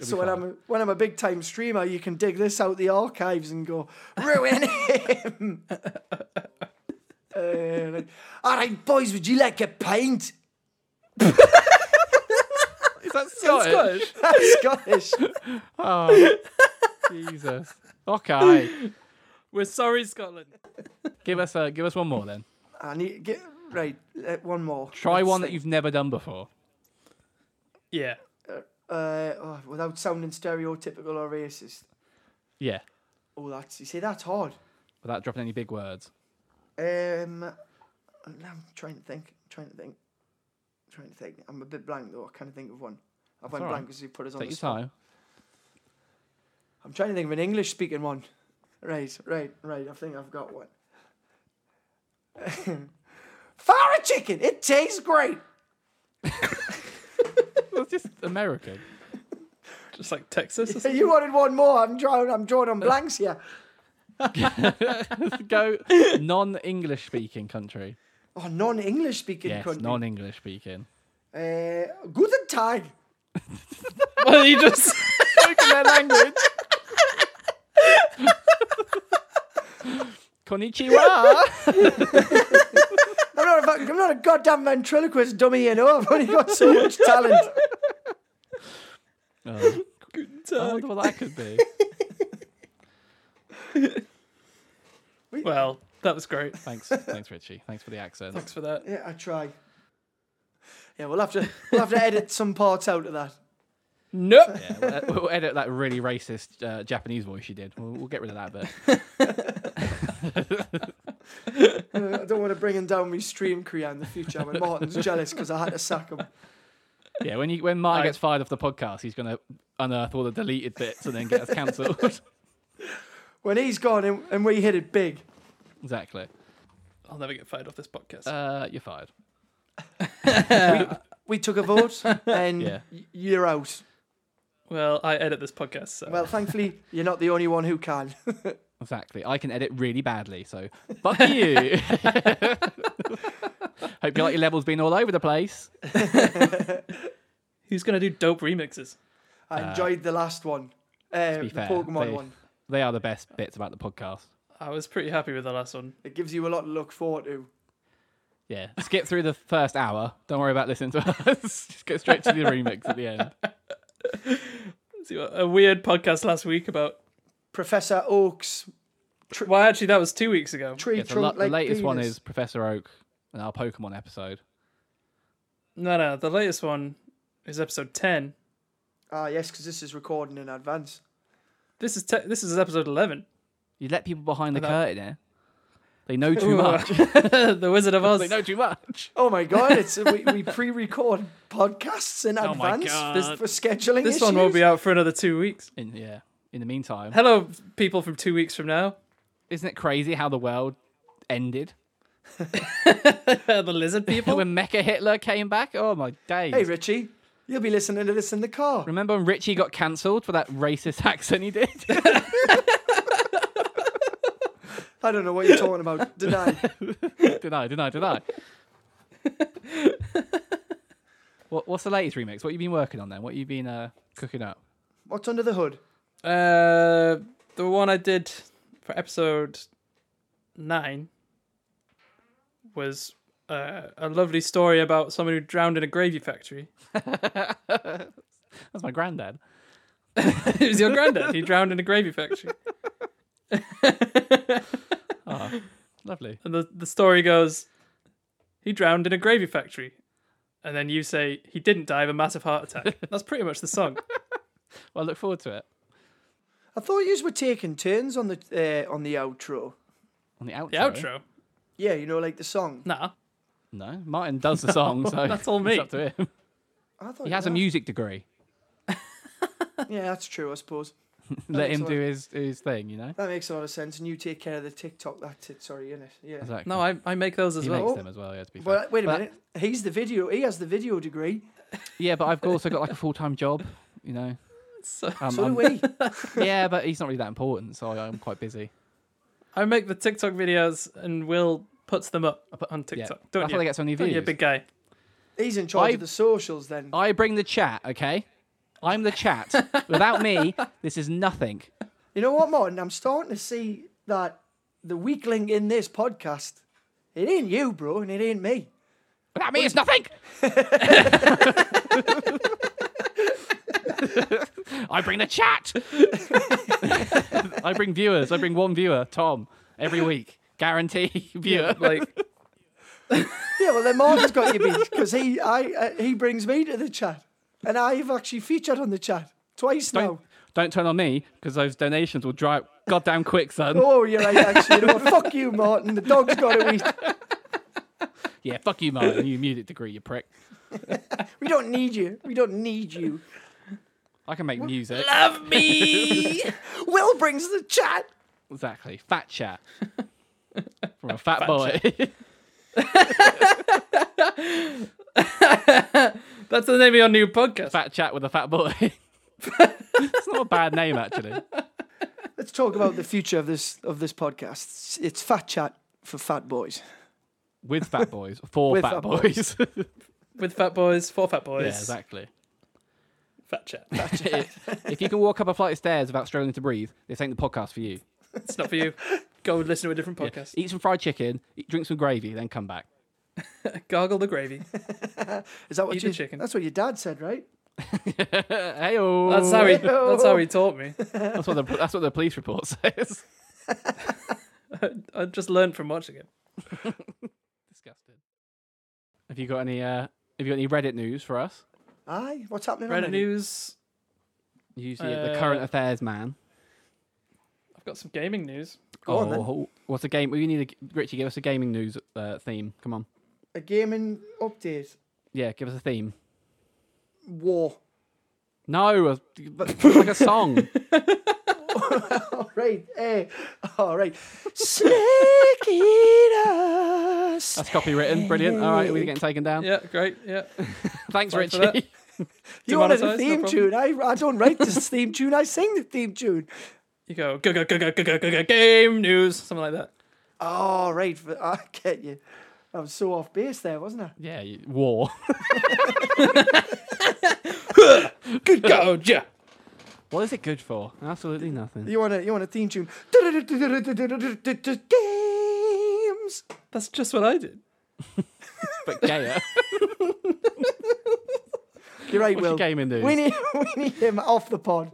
Speaker 2: So when I'm a, when I'm a big time streamer, you can dig this out the archives and go ruin him. uh, like, All right, boys, would you like a pint?
Speaker 1: Is that
Speaker 3: That's
Speaker 1: Scottish?
Speaker 3: Scottish.
Speaker 2: That's Scottish.
Speaker 1: Oh, Jesus. Okay.
Speaker 3: We're sorry, Scotland.
Speaker 1: Give us a, give us one more then.
Speaker 2: I need to get right. uh, one more.
Speaker 1: Try
Speaker 2: Let's
Speaker 1: one that
Speaker 2: think.
Speaker 1: you've never done before.
Speaker 3: Yeah.
Speaker 2: Uh, oh, without sounding stereotypical or racist.
Speaker 1: Yeah.
Speaker 2: Oh, that's you see, that's hard.
Speaker 1: Without dropping any big words.
Speaker 2: Um, I'm trying to think. trying to think. trying to think. I'm a bit blank though. I can't think of one. I went
Speaker 1: all right.
Speaker 2: blank because you put us on
Speaker 1: Take
Speaker 2: the
Speaker 1: your
Speaker 2: spot.
Speaker 1: time.
Speaker 2: I'm trying to think of an English speaking one. Right, right, right. I think I've got one. Fire a chicken. It tastes great.
Speaker 1: It's just American.
Speaker 3: Just like Texas. Or
Speaker 2: So
Speaker 3: something.
Speaker 2: you wanted one more. I'm drawing. I'm drawing on blanks here.
Speaker 1: Go non-English speaking country.
Speaker 2: Oh, non-English speaking
Speaker 1: Yes,
Speaker 2: country.
Speaker 1: non-English speaking.
Speaker 2: uh, guten Tag.
Speaker 3: Well, you just.
Speaker 1: Spoken their language. Konnichiwa.
Speaker 2: I'm not a fucking, I'm not a goddamn ventriloquist dummy. You know, I've only got so much talent.
Speaker 1: Oh,
Speaker 3: Guten
Speaker 1: I
Speaker 3: Tag.
Speaker 1: wonder what that could be.
Speaker 3: Well, that was great.
Speaker 1: Thanks, thanks, Richie. Thanks for the accent.
Speaker 3: Thanks for that.
Speaker 2: Yeah, I try. Yeah, we'll have to we'll have to edit some parts out of that.
Speaker 3: Nope.
Speaker 1: Yeah, we'll, we'll edit that really racist uh, Japanese voice you did. We'll, we'll get rid of that bit.
Speaker 2: Uh, I don't want to bring him down my stream career in the future when Martin's jealous because I had to sack him.
Speaker 1: Yeah, when you when Martin
Speaker 3: I-
Speaker 1: gets fired off the podcast, he's gonna unearth all the deleted bits and then get us cancelled.
Speaker 2: When he's gone and, and we hit it big.
Speaker 1: exactly.
Speaker 3: I'll never get fired off this podcast.
Speaker 1: Uh, you're fired.
Speaker 2: We took a vote and
Speaker 1: Yeah.
Speaker 2: y- you're out.
Speaker 3: well, I edit this podcast, so.
Speaker 2: Well, thankfully, you're not the only one who can.
Speaker 1: Exactly. I can edit really badly, so fuck you. Hope you like your levels being all over the place.
Speaker 3: Who's going to do dope remixes?
Speaker 2: I enjoyed the last one, uh, the
Speaker 1: Uh, be fair,
Speaker 2: Pokemon
Speaker 1: they-
Speaker 2: one.
Speaker 1: They are the best bits about the podcast.
Speaker 3: I was pretty happy with the last one.
Speaker 2: It gives you a lot to look forward to.
Speaker 1: Yeah. Skip through the first hour. Don't worry about listening to us. Just go straight to the remix at the end.
Speaker 3: See, a weird podcast last week about.
Speaker 2: Professor Oak's
Speaker 3: Well, actually, that was two weeks ago.
Speaker 2: tree
Speaker 1: It's a lot,
Speaker 2: trunk
Speaker 1: the
Speaker 2: like
Speaker 1: latest one
Speaker 2: penis.
Speaker 1: is Professor Oak and our Pokemon episode.
Speaker 3: No, no, the latest one is episode ten.
Speaker 2: ah yes, because this is recording in advance.
Speaker 3: This is te- this is episode eleven.
Speaker 1: You let people behind the
Speaker 3: About-
Speaker 1: curtain, eh? They know too much.
Speaker 3: the Wizard of Oz.
Speaker 1: they know too much.
Speaker 2: Oh my god! It's we, we pre-record podcasts in
Speaker 1: Oh my
Speaker 2: advance
Speaker 1: God.
Speaker 2: for scheduling.
Speaker 3: This one won't be out for another two weeks.
Speaker 1: In, yeah. In the meantime,
Speaker 3: Hello, people from two weeks from now.
Speaker 1: isn't it crazy how the world ended?
Speaker 3: the lizard people.
Speaker 1: When Mecha Hitler came back? Oh my days.
Speaker 2: Hey Richie, you'll be listening to this in the car.
Speaker 1: Remember when Richie got cancelled for that racist accent he did?
Speaker 2: I don't know what you're talking about. Deny.
Speaker 1: deny, deny, deny. what, what's the latest remix? What you been working on then? What you been uh, cooking up?
Speaker 2: What's under the hood?
Speaker 3: Uh, the one I did for episode nine was uh, a lovely story about someone who drowned in a gravy factory.
Speaker 1: That's my granddad.
Speaker 3: it was your granddad. He drowned in a gravy factory.
Speaker 1: Ah, lovely.
Speaker 3: And the, the story goes, he drowned in a gravy factory. And then you say, he didn't die of a massive heart attack. That's pretty much the song.
Speaker 1: Well, I look forward to it.
Speaker 2: I thought you were taking turns on the uh, on the outro.
Speaker 1: On the outro.
Speaker 3: The outro?
Speaker 2: Yeah, you know, like the song.
Speaker 3: Nah.
Speaker 1: No, Martin does the song, so
Speaker 3: that's all me.
Speaker 1: It's up to him.
Speaker 2: I thought
Speaker 1: He has a music degree.
Speaker 2: Yeah, that's true. I suppose
Speaker 1: Let him
Speaker 2: all
Speaker 1: do his, his thing, you know?
Speaker 2: that makes a lot of sense. And you take care of the TikTok. That's it. Sorry, innit? Yeah.
Speaker 1: Exactly.
Speaker 3: No, I, I make those as
Speaker 1: he
Speaker 3: well.
Speaker 1: makes them as well, yeah, to be fair.
Speaker 2: Well, wait a
Speaker 1: But-
Speaker 2: minute. He's the video. He has the video degree.
Speaker 1: Yeah, but I've also got like a full time job, you know?
Speaker 3: So-
Speaker 1: Um,
Speaker 2: So do
Speaker 1: I'm-
Speaker 2: we.
Speaker 1: yeah, but he's not really that important, so I- I'm quite busy.
Speaker 3: I make the TikTok videos and Will puts them up on TikTok. Don't
Speaker 1: That's
Speaker 3: you?
Speaker 1: how they get so many
Speaker 3: Don't you,
Speaker 1: views.
Speaker 3: big guy?
Speaker 2: He's in charge
Speaker 1: I-
Speaker 2: of the socials. Then
Speaker 1: I bring the chat, okay? I'm the chat. Without me, this is nothing.
Speaker 2: you know what, Martin? I'm starting to see that the weak link in this podcast. It ain't you, bro, and it ain't me.
Speaker 1: Without me, it's nothing. I bring the chat. I bring viewers. I bring one viewer, Tom, every week. Guarantee viewer.
Speaker 3: Like,
Speaker 2: Yeah, well, then Martin's got you beat because he, I, uh, he brings me to the chat, and I've actually featured on the chat twice
Speaker 1: don't,
Speaker 2: now.
Speaker 1: don't turn on me because those donations will dry up goddamn quick, son.
Speaker 2: Oh, you're right, actually. You know what? Fuck you, Martin. The dog's got to eat.
Speaker 1: Yeah, fuck you, Martin. You music degree, you prick.
Speaker 2: We don't need you. We don't need you.
Speaker 1: I can make music.
Speaker 4: Love me.
Speaker 2: Will brings the chat.
Speaker 1: Exactly. Fat chat. From a fat, boy.
Speaker 3: that's the name of your new podcast.
Speaker 1: fat chat with a fat boy. it's not a bad name, actually.
Speaker 2: Let's talk about the future of this of this podcast. It's, it's fat chat for fat boys.
Speaker 1: With fat boys. For
Speaker 2: With
Speaker 1: fat,
Speaker 2: fat
Speaker 1: boys.
Speaker 3: With fat boys, for fat
Speaker 1: yeah,
Speaker 3: boys.
Speaker 1: exactly.
Speaker 3: Fat chat.
Speaker 1: if you can walk up a flight of stairs without struggling to breathe, this ain't the podcast for you.
Speaker 3: it's not for you. Go listen to a different podcast.
Speaker 1: Eat some fried chicken, eat, drink some gravy, then come back.
Speaker 3: Gargle the gravy.
Speaker 2: Is that what
Speaker 3: Eat the
Speaker 2: you?
Speaker 3: chicken.
Speaker 2: That's what your dad said, right?
Speaker 1: hey,
Speaker 3: That's how he. That's how he taught me.
Speaker 1: that's what the that's what the police report says.
Speaker 3: I just learned from watching it.
Speaker 1: Disgusted. Have you got any? Uh, have you got any Reddit news for us?
Speaker 2: Aye. What's happening? on
Speaker 3: Reddit
Speaker 2: Reddit?
Speaker 3: news.
Speaker 1: Usually the
Speaker 3: Uh,
Speaker 1: current affairs man.
Speaker 3: I've got some gaming news.
Speaker 2: go on then.
Speaker 1: Oh, what's a game? We need a, Richie. Give us a gaming news uh, theme. Come on.
Speaker 2: A gaming update.
Speaker 1: Yeah, give us a theme.
Speaker 2: War.
Speaker 1: No, a, like a song.
Speaker 2: All right. Eh. All right. Snake eater.
Speaker 1: That's copywritten. Brilliant. All right, we're getting taken down.
Speaker 3: Yeah, great. Yeah,
Speaker 1: Thanks,
Speaker 3: Sorry for
Speaker 1: Richie.
Speaker 2: You wanted a
Speaker 3: demonetised,
Speaker 2: theme
Speaker 3: no
Speaker 2: tune. I, I don't write this theme tune. I sing the theme tune.
Speaker 3: you go go go go go go go go go game news, something like that.
Speaker 2: Oh, right. but I get you. I was so off base there, wasn't I?
Speaker 1: yeah, you- war.
Speaker 3: Good go, yeah.
Speaker 1: What is it good for? Absolutely nothing.
Speaker 2: You want a you want a theme tune? Games.
Speaker 3: That's just what I did.
Speaker 1: But gayer.
Speaker 2: You're right,
Speaker 1: What's
Speaker 2: Will.
Speaker 1: your gaming news?
Speaker 2: We need we need him off the pod.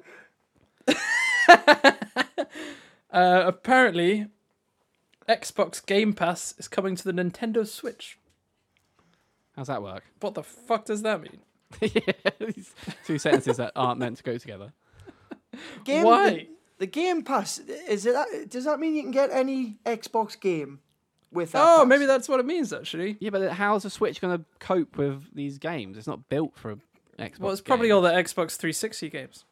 Speaker 3: Uh, apparently, Xbox Game Pass is coming to the Nintendo Switch.
Speaker 1: How's that work?
Speaker 3: What the fuck does that mean?
Speaker 1: yeah, these two sentences that aren't meant to go together.
Speaker 2: Game,
Speaker 3: Why?
Speaker 2: The, the Game Pass is it? that- Does that mean you can get any Xbox game with? that
Speaker 3: Oh,
Speaker 2: pass?
Speaker 3: maybe that's what it means actually.
Speaker 1: Yeah, but how's the Switch going to cope with these games? It's not built for a Xbox.
Speaker 3: Well, it's probably
Speaker 1: game.
Speaker 3: all the Xbox 360 games.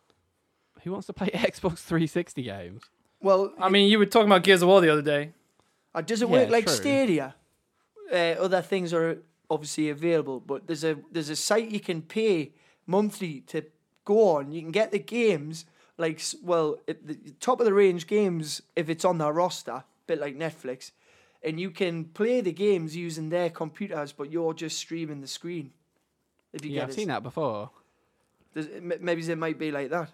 Speaker 1: Who wants to play Xbox 360 games?
Speaker 2: Well,
Speaker 3: I mean, you were talking about Gears of War the other day.
Speaker 2: uh, does it
Speaker 1: yeah,
Speaker 2: work like
Speaker 1: true.
Speaker 2: Stadia? Uh, other things are obviously available, but there's a there's a site you can pay monthly to go on. You can get the games like s- well, it, the top of the range games if it's on their roster, bit like Netflix, and you can play the games using their computers, but you're just streaming the screen. If you
Speaker 1: Yeah,
Speaker 2: get
Speaker 1: I've
Speaker 2: it.
Speaker 1: seen that before.
Speaker 2: Does, m- maybe it might be like that.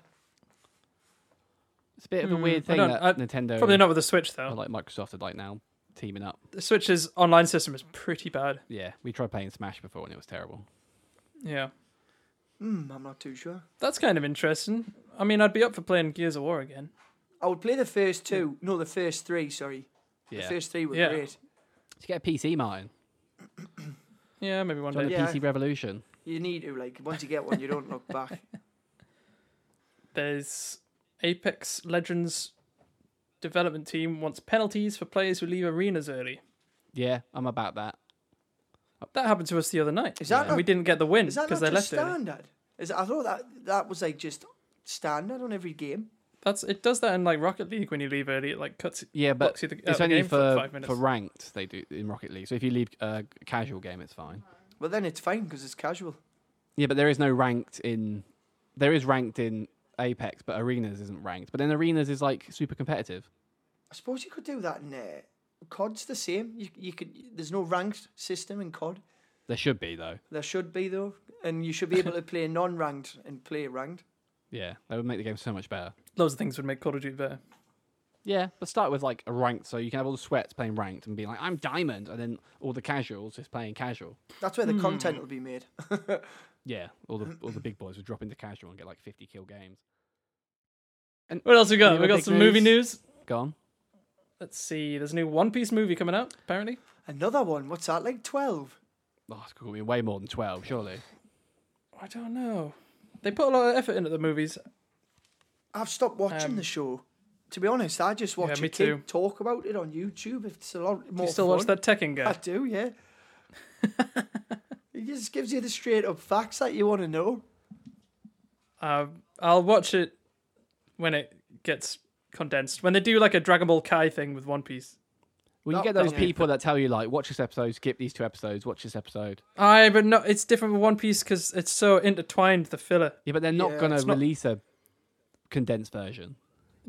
Speaker 1: It's a bit of a weird
Speaker 3: Hmm, I
Speaker 1: thing
Speaker 3: don't-
Speaker 1: that
Speaker 3: I-
Speaker 1: Nintendo,
Speaker 3: Probably not with the Switch
Speaker 1: or,
Speaker 3: though.
Speaker 1: like Microsoft, are like now teaming up.
Speaker 3: The Switch's online system is pretty bad.
Speaker 1: Yeah, we tried playing Smash before and it was terrible.
Speaker 3: Yeah.
Speaker 2: Hmm, I'm not too sure.
Speaker 3: That's kind of interesting. I mean, I'd be up for playing Gears of War again.
Speaker 2: I would play the first two. No, the first three. Sorry, the
Speaker 1: Yeah.
Speaker 2: first three were
Speaker 3: Yeah.
Speaker 2: great.
Speaker 1: To get a PC, Martin.
Speaker 3: Oh, Yeah, maybe one
Speaker 1: Join
Speaker 3: day.
Speaker 1: the
Speaker 2: Yeah.
Speaker 1: PC revolution.
Speaker 2: You need to like once you get one, you don't look back.
Speaker 3: There's Apex Legends development team wants penalties for players who leave arenas early.
Speaker 1: Yeah, I'm about that.
Speaker 3: That happened to us the other night.
Speaker 2: Is that
Speaker 3: and
Speaker 2: not-
Speaker 3: we didn't get the win
Speaker 2: Is that
Speaker 3: because
Speaker 2: not
Speaker 3: they
Speaker 2: just
Speaker 3: left early.
Speaker 2: standard? Is I thought that that was like just standard on every game.
Speaker 3: That's it. Does that in like Rocket League when you leave early? It like cuts.
Speaker 1: Yeah, but
Speaker 3: blocks you the- out
Speaker 1: it's
Speaker 3: the
Speaker 1: only
Speaker 3: game for
Speaker 1: for
Speaker 3: five minutes.
Speaker 1: for ranked they do in Rocket League. So if you leave a casual game, it's fine.
Speaker 2: Well, then it's fine because it's casual.
Speaker 1: Yeah, but there is no ranked in. There is ranked in Apex, but Arenas isn't ranked. But then Arenas is like super competitive.
Speaker 2: I suppose you could do that in uh, COD's the same. You you could. There's no ranked system in COD.
Speaker 1: There should be though.
Speaker 2: There should be though, and you should be able to play non-ranked and play ranked.
Speaker 1: Yeah, that would make the game so much better.
Speaker 3: Loads of things would make Call of Duty better.
Speaker 1: Yeah, but start with like a ranked, so you can have all the sweats playing ranked and be like, I'm diamond, and then all the casuals just playing casual.
Speaker 2: That's where the
Speaker 3: Hmm.
Speaker 2: content will be made.
Speaker 1: Yeah, all the all the big boys would drop into casual and get like 50 kill games.
Speaker 3: What else we got?
Speaker 1: Any
Speaker 3: We
Speaker 1: other
Speaker 3: got
Speaker 1: big
Speaker 3: some movie news.
Speaker 1: Gone.
Speaker 3: Let's see. There's a new One Piece movie coming out. Apparently,
Speaker 2: Another one. What's that? Like twelve.
Speaker 1: Oh, it's going to be way more than 12, surely.
Speaker 3: I don't know. They put a lot of effort into the movies.
Speaker 2: I've stopped watching
Speaker 3: Um,
Speaker 2: the show. To be honest, I just watch
Speaker 3: me
Speaker 2: a kid
Speaker 3: too.
Speaker 2: talk about it on YouTube. It's a lot more.
Speaker 3: You still
Speaker 2: fun.
Speaker 3: watch that Tekken
Speaker 2: I
Speaker 3: guy?
Speaker 2: do, yeah. he just gives you the straight up facts that you want to know.
Speaker 3: Uh, I'll watch it when it gets condensed. When they do like a Dragon Ball Kai thing with One Piece.
Speaker 1: Well, you
Speaker 2: That-
Speaker 1: get those
Speaker 2: that's- yeah.
Speaker 1: people that tell you, like, watch this episode, skip these two episodes, watch this episode.
Speaker 3: Aye, but no, it's different with One Piece because it's so intertwined. The filler.
Speaker 1: Yeah, but they're not
Speaker 2: Yeah,
Speaker 1: going
Speaker 2: it's
Speaker 1: to
Speaker 3: not-
Speaker 1: release a condensed version.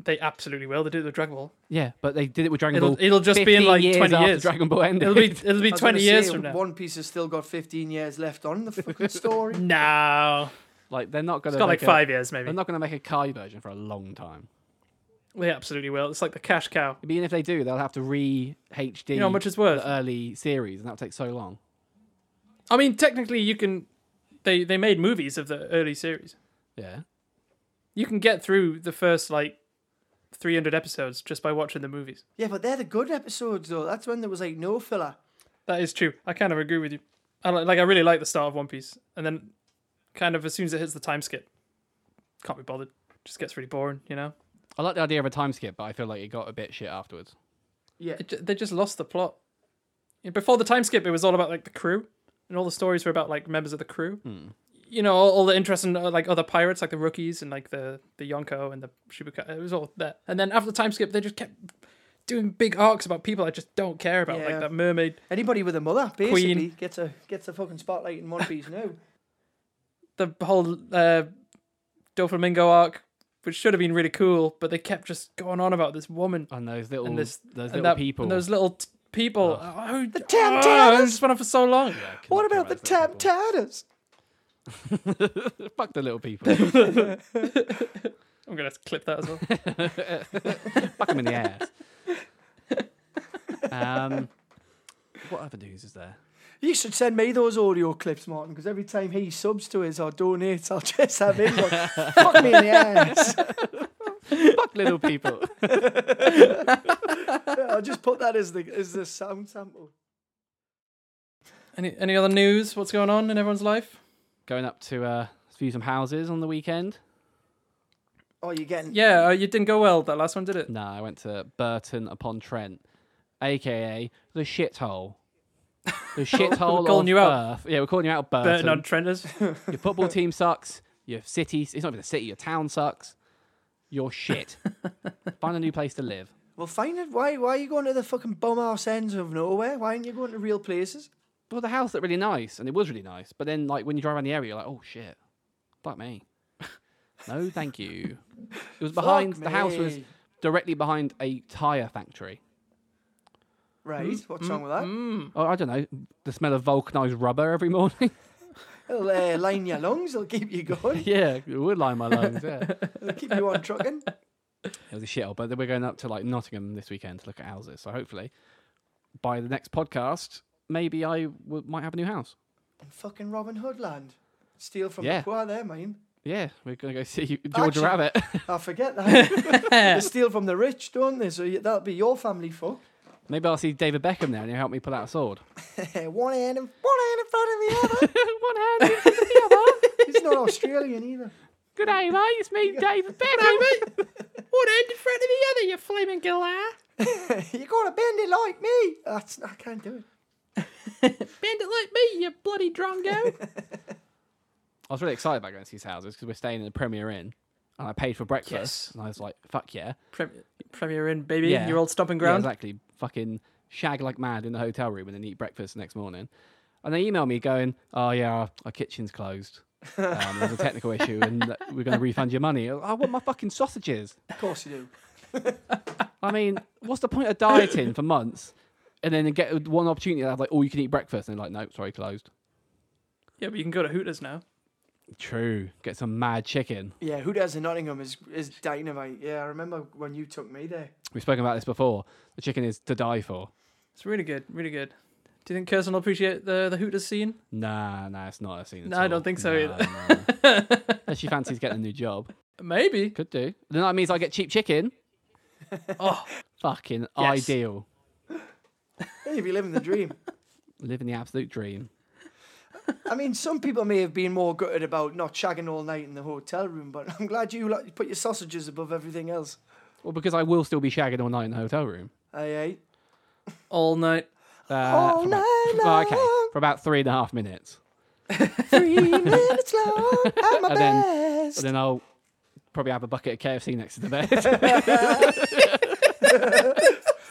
Speaker 3: They absolutely will. They do it with Dragon Ball.
Speaker 1: Yeah, but they did it with Dragon
Speaker 3: It'll-
Speaker 1: Ball.
Speaker 3: it'll just be in,
Speaker 1: 15
Speaker 3: like,
Speaker 1: years
Speaker 3: 20
Speaker 1: after
Speaker 3: years.
Speaker 1: Dragon Ball ended.
Speaker 3: It'll be it'll be
Speaker 2: I was gonna
Speaker 3: twenty years
Speaker 2: say,
Speaker 3: from now.
Speaker 2: One Piece has still got 15 years left on the fucking story.
Speaker 3: No,
Speaker 1: like they're not going
Speaker 3: it's
Speaker 1: to.
Speaker 3: got like
Speaker 1: a,
Speaker 3: five years maybe.
Speaker 1: They're not going to make a Kai version for a long time.
Speaker 3: They absolutely will. It's like the cash cow.
Speaker 1: I mean, if they do, they'll have to re HD.
Speaker 3: You know how much it's worth?
Speaker 1: The early series, and that will take so long.
Speaker 3: I mean, technically, you can. They they made movies of the early series.
Speaker 1: Yeah.
Speaker 3: You can get through the first like three hundred episodes just by watching the movies.
Speaker 2: yeah, but they're the good episodes, though. That's when there was like no filler.
Speaker 3: That is true. I kind of agree with you. I li- like. I really like the start of One Piece, and then kind of as soon as it hits the time skip, can't be bothered. Just gets really boring, you know.
Speaker 1: I like the idea of a time skip, but I feel like it got a bit shit afterwards.
Speaker 2: Yeah.
Speaker 3: It, ju- they just lost the plot. Yeah, Before the time skip, it was all about like the crew, and all the stories were about like members of the crew.
Speaker 1: Hmm.
Speaker 3: You know, all, all the interesting uh, like other pirates, like the rookies and like the the Yonko and the Shibuka. It was all that. And then after the time skip, they just kept doing big arcs about people I just don't care about,
Speaker 2: Yeah.
Speaker 3: like that mermaid.
Speaker 2: Anybody with a mother basically
Speaker 3: Queen.
Speaker 2: gets a gets a fucking spotlight in One Piece now.
Speaker 3: The whole uh, Doflamingo arc, which should have been really cool, but they kept just going on about this woman
Speaker 1: And those little,
Speaker 3: and this
Speaker 1: those
Speaker 3: and
Speaker 1: little
Speaker 3: that-
Speaker 1: people.
Speaker 3: and those little t- people. Oh, who-
Speaker 2: The Tam
Speaker 3: oh,
Speaker 2: Tams!
Speaker 3: This went on for so long.
Speaker 1: Yeah, I cannot
Speaker 2: what
Speaker 1: do
Speaker 2: about the
Speaker 1: those little
Speaker 2: Tam Tatters?
Speaker 1: people. Fuck the little people.
Speaker 3: I'm gonna have to clip that as well.
Speaker 1: Fuck them in the ass. Um, what other news is there?
Speaker 2: You should send me those audio clips, Martin, because every time he subs to us or donates, I'll just have him go, fuck me in the ass.
Speaker 1: Fuck little people.
Speaker 2: I'll just put that as the as the sound sample.
Speaker 3: Any any other news? What's going on in everyone's life?
Speaker 1: Going up to uh, view some houses on the weekend.
Speaker 2: Oh, you're getting
Speaker 3: Yeah, uh, you didn't go well that last one, did it?
Speaker 1: No, I went to Burton upon Trent, aka the shithole. The shithole
Speaker 3: calling
Speaker 1: of
Speaker 3: you out.
Speaker 1: Earth. Yeah, we're calling you out, Burton.
Speaker 3: Burton on Trenters.
Speaker 1: Your football team sucks. Your city, it's not even a city, your town sucks. You're shit. Find a new place to live.
Speaker 2: Well, find it. Why? Why are you going to the fucking bum ass ends of nowhere? Why aren't you going to real places?
Speaker 1: Well, the house looked really nice, and it was really nice. But then, like, when you drive around the area, you're like, oh shit, fuck me. no, thank you. It was behind, the house was
Speaker 2: me.
Speaker 1: directly behind a tyre factory.
Speaker 2: Right.
Speaker 1: Hmm?
Speaker 2: What's wrong with that?
Speaker 1: Oh, I don't know, the smell of vulcanized rubber every morning.
Speaker 2: It'll uh, line your lungs. It'll keep you going.
Speaker 1: yeah, it would line my lungs, yeah. it
Speaker 2: It'll keep you on trucking.
Speaker 1: was a shithole, but then we're going up to, like, Nottingham this weekend to look at houses. So hopefully, by the next podcast, maybe I w- might have a new house.
Speaker 2: fucking Robin Hood land. Steal from
Speaker 1: Yeah.
Speaker 2: the poor there, mine.
Speaker 1: Yeah, we're gonna go see George
Speaker 2: Actually-
Speaker 1: Rabbit.
Speaker 2: I forget that. they steal from the rich, don't they? So you- that'll be your family fuck.
Speaker 1: Maybe I'll see David Beckham now and he'll help me pull out a sword.
Speaker 2: one hand in, one hand in front of the other.
Speaker 1: One hand, the other.
Speaker 2: He's not Australian either.
Speaker 1: Good day, mate. It's me, David Beckham.
Speaker 3: One end in front of the other, you flaming galah.
Speaker 2: you gotta bend it like me. That's, I can't do it.
Speaker 3: Bend it like me, you bloody drongo.
Speaker 1: I was really excited about going to these houses because we're staying in the Premier Inn, and I paid for breakfast,
Speaker 3: Yes.
Speaker 1: and I was like, "Fuck yeah,
Speaker 3: Prem- Premier Inn, baby,
Speaker 1: Yeah.
Speaker 3: your old stomping
Speaker 1: yeah,
Speaker 3: ground.
Speaker 1: exactly." Fucking shag like mad in the hotel room and then eat breakfast the next morning. And they email me going, "Oh yeah, our, our kitchen's closed. Um, there's a technical issue, and uh, we're going to refund your money." I want my fucking sausages.
Speaker 2: Of course you do.
Speaker 1: I mean, what's the point of dieting for months and then get one opportunity to have like all you can eat breakfast and they're like, nope, sorry, closed.
Speaker 3: Yeah, but you can go to Hooters now.
Speaker 1: True. Get some mad chicken.
Speaker 2: Yeah, who does in Nottingham is, is dynamite. Yeah, I remember when you took me there.
Speaker 1: We've spoken about this before. The chicken is to die for.
Speaker 3: It's really good, really good. Do you think Kirsten will appreciate the, the Hooters scene?
Speaker 1: Nah, nah, it's not a scene. at
Speaker 3: No, I
Speaker 1: all.
Speaker 3: don't think so
Speaker 1: Nah, nah. Unless she fancies getting a new job.
Speaker 3: Maybe.
Speaker 1: Could do. Then that means I get cheap chicken.
Speaker 3: Oh,
Speaker 1: Fucking
Speaker 3: Yes.
Speaker 1: ideal.
Speaker 2: Hey, you'd be living the dream.
Speaker 1: Living the absolute dream.
Speaker 2: I mean, some people may have been more gutted about not shagging all night in the hotel room, but I'm glad you like, put your sausages above everything else.
Speaker 1: Well, because I will still be shagging all night in the hotel room.
Speaker 2: Aye, aye.
Speaker 3: all night.
Speaker 1: Uh,
Speaker 2: all
Speaker 1: for about-
Speaker 2: night
Speaker 1: oh,
Speaker 2: long,
Speaker 1: okay, for about three and a half minutes.
Speaker 2: three minutes long, at my
Speaker 1: And then-
Speaker 2: best.
Speaker 1: And then I'll probably have a bucket of KFC next to the bed.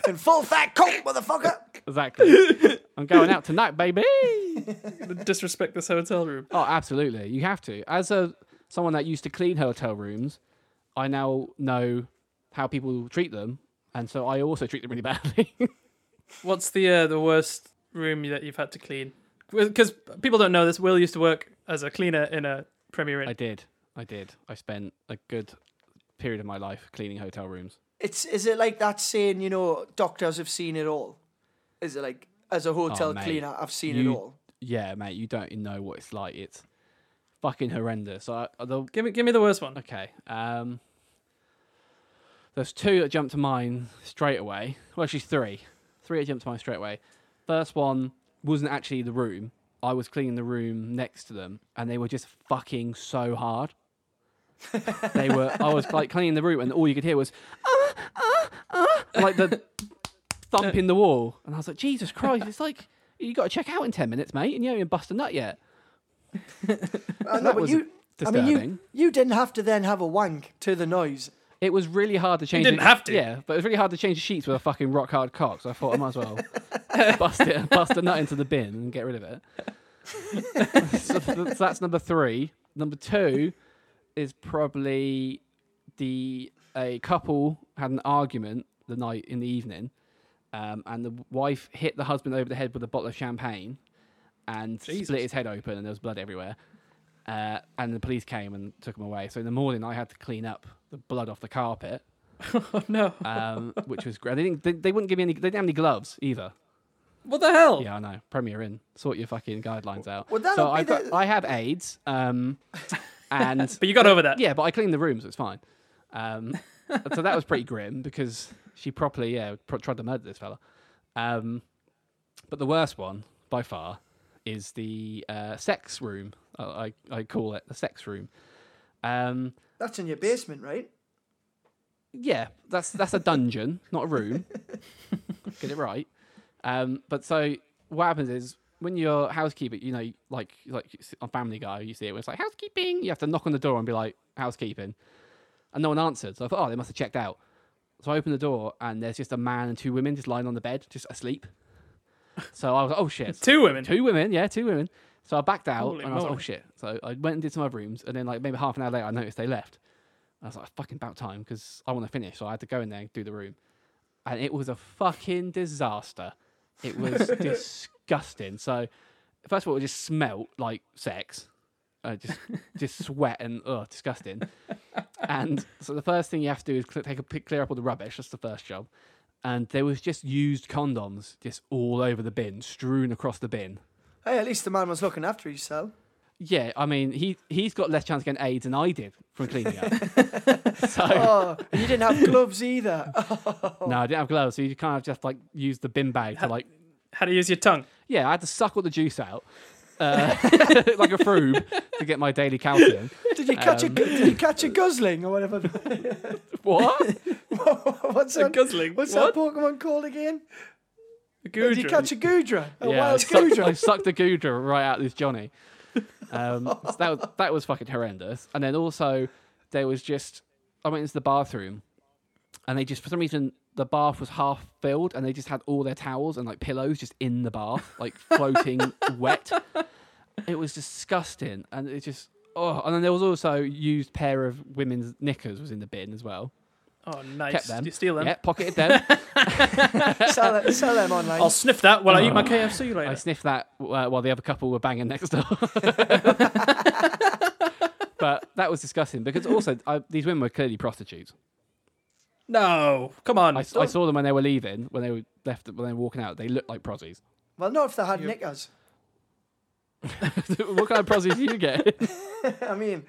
Speaker 2: and full fat coke, motherfucker.
Speaker 1: Exactly. I'm going out tonight, baby.
Speaker 3: Disrespect this hotel room.
Speaker 1: Oh, absolutely. You have to. As a someone that used to clean hotel rooms, I now know how people treat them, and so I also treat them really badly.
Speaker 3: What's the uh, the worst room that you've had to clean? Because people don't know this. Will used to work as a cleaner in a Premier Inn.
Speaker 1: I did. I did. I spent a good period of my life cleaning hotel rooms.
Speaker 2: It's is it like that saying, you know, doctors have seen it all? Is it like as a hotel
Speaker 1: Oh, mate,
Speaker 2: cleaner, I've seen
Speaker 1: you-
Speaker 2: it all?
Speaker 1: Yeah, mate, you don't know what it's like. It's fucking horrendous. I, the
Speaker 3: Give me give me the worst one.
Speaker 1: Okay. Um, there's two that jumped to mind straight away. Well, actually, three. Three that jumped to mind straight away. First one wasn't actually the room. I was cleaning the room next to them, and they were just fucking so hard. they were. I was like cleaning the room, and all you could hear was ah, ah, ah, like the thump in the wall, and I was like, Jesus Christ! It's like you got to check out in ten minutes, mate, and you haven't even bust a nut yet.
Speaker 2: I
Speaker 1: that was
Speaker 2: I mean,
Speaker 1: disturbing.
Speaker 2: you, you didn't have to then have a wank to the noise.
Speaker 1: It was really hard to change.
Speaker 3: didn't
Speaker 1: the-
Speaker 3: have to.
Speaker 1: Yeah, but it was really hard to change the sheets with a fucking rock hard cock. So I thought I might as well bust it, bust a nut into the bin, and get rid of it. so, th- so that's number three. Number two is probably the a couple had an argument the night in the evening, um, and the wife hit the husband over the head with a bottle of champagne, and split his head open, and there was blood everywhere. Uh, and the police came and took him away. So in the morning, I had to clean up the blood off the carpet,
Speaker 3: Oh no!
Speaker 1: um, which was great. They didn't. They, they wouldn't give me any. They didn't have any gloves either.
Speaker 3: What the hell?
Speaker 1: Yeah, I know. Premier in. Sort your fucking guidelines out.
Speaker 2: Well, that'll
Speaker 1: so I
Speaker 2: be
Speaker 1: got.
Speaker 2: the-
Speaker 1: I have AIDS. Um, and
Speaker 3: But you got over that.
Speaker 1: yeah, but I cleaned the rooms. It's fine. Um, so that was pretty grim because she properly yeah pro- tried to murder this fella. Um, but the worst one by far is the uh, sex room. I, I I call it the sex room. Um,
Speaker 2: That's in your basement, right?
Speaker 1: yeah, that's that's a dungeon, not a room. Get it right. Um, but so what happens is when you're housekeeper, you know, like like on Family Guy, you see it where it's like housekeeping. You have to knock on the door and be like housekeeping, and no one answered. So I thought, oh, they must have checked out. So I opened the door and there's just a man and two women just lying on the bed, just asleep. So I was like, oh shit.
Speaker 3: Two women.
Speaker 1: Two women, yeah, two women. So I backed out
Speaker 3: Holy
Speaker 1: and I was like, oh
Speaker 3: moly.
Speaker 1: shit. So I went and did some other rooms, and then like maybe half an hour later, I noticed they left. And I was like, "Oh, fucking about time because I want to finish. So I had to go in there and do the room, and it was a fucking disaster. It was disgusting. So first of all, it just smelt like sex, uh, just just sweat and oh, disgusting. And so the first thing you have to do is cl- take a pic- clear up all the rubbish. That's the first job. And there was just used condoms just all over the bin, strewn across the bin.
Speaker 2: Hey, at least the man was looking after himself.
Speaker 1: Yeah, I mean, he he's got less chance of getting AIDS than I did from cleaning up. so
Speaker 2: Oh, and you didn't have gloves either.
Speaker 1: no, I didn't have gloves, so you kind of just like use the bin bag to like.
Speaker 3: How to use your tongue?
Speaker 1: Yeah, I had to suck all the juice out, uh, like a froob, to get my daily calcium.
Speaker 2: Did you catch a
Speaker 1: Um.
Speaker 2: Did you catch a guzzling or whatever?
Speaker 1: What?
Speaker 2: what's
Speaker 3: A
Speaker 2: that?
Speaker 3: guzzling.
Speaker 2: What's
Speaker 3: what?
Speaker 2: that Pokemon called again?
Speaker 3: A
Speaker 2: Did you
Speaker 3: Goodrum.
Speaker 2: catch a Gudra? A
Speaker 1: yeah, I
Speaker 2: wild
Speaker 1: sucked,
Speaker 2: Gudra?
Speaker 1: I sucked the Gudra right out of this Johnny. Um, so that was that was fucking horrendous. And then also there was just I went into the bathroom, and they just for some reason the bath was half filled, and they just had all their towels and like pillows just in the bath, like floating wet. It was disgusting, and it just oh. And then there was also used pair of women's knickers was in the bin as well.
Speaker 3: Oh, nice.
Speaker 1: Kept them.
Speaker 3: You steal them.
Speaker 1: Yeah, pocketed them.
Speaker 2: sell, it- sell them online.
Speaker 3: I'll sniff that while I eat my KFC later.
Speaker 1: Oh. I sniffed that uh, while the other couple were banging next door. but that was disgusting because also I, these women were clearly prostitutes.
Speaker 3: No, come on.
Speaker 1: I, I saw them when they were leaving, when they were left, when they were walking out. They looked like prosies.
Speaker 2: well, not if they had knickers.
Speaker 1: what kind of prosies do you get?
Speaker 2: I mean,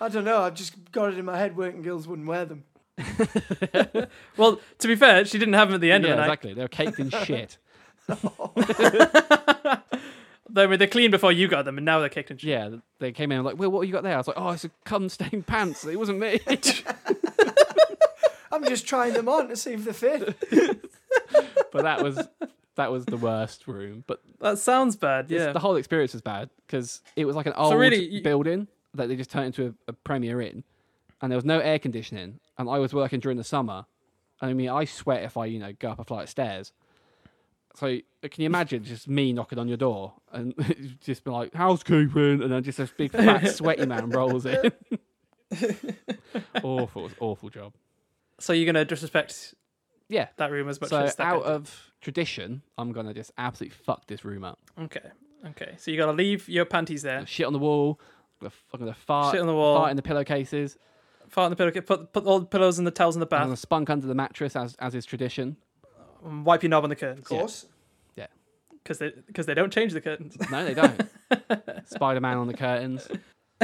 Speaker 2: I don't know. I've just got it in my head. Working girls wouldn't wear them.
Speaker 3: well, to be fair, she didn't have them at the end
Speaker 1: yeah,
Speaker 3: of the night.
Speaker 1: exactly. They were caked in shit.
Speaker 3: They were they're clean before you got them, and now they're kicked and shit.
Speaker 1: Yeah, they came in and were like, "Well, what have you got there?" I was like, "Oh, it's a cum-stained pants. It wasn't me."
Speaker 2: I'm just trying them on to see if they fit.
Speaker 1: but that was that was the worst room. But
Speaker 3: That sounds bad.
Speaker 1: It's-
Speaker 3: Yeah.
Speaker 1: the whole experience was bad because it was like an old
Speaker 3: really, you-
Speaker 1: building that they just turned into a, a premier inn, and there was no air conditioning. And I was working during the summer, and I mean, I sweat if I you know go up a flight of stairs. So uh, can you imagine just me knocking on your door and just be like housekeeping, and then just this big fat sweaty man rolls in. awful, it was an awful job.
Speaker 3: so you're gonna disrespect
Speaker 1: Yeah.
Speaker 3: that room as much
Speaker 1: So
Speaker 3: as that
Speaker 1: out
Speaker 3: guy
Speaker 1: of tradition, I'm gonna just absolutely fuck this room up.
Speaker 3: did. Okay. Okay. So you gotta leave your panties there.
Speaker 1: Shit on the wall. I'm gonna, I'm gonna fart.
Speaker 3: Shit on the wall.
Speaker 1: Fart in the pillowcases.
Speaker 3: Fart in the pillow. get- Put put all the pillows and the towels in the
Speaker 1: and
Speaker 3: bath.
Speaker 1: a spunk under the mattress as as is tradition.
Speaker 3: And wipe your knob on the curtains
Speaker 2: Of course.
Speaker 3: because they because they don't change the curtains.
Speaker 1: No, they don't. Spider Man on the curtains.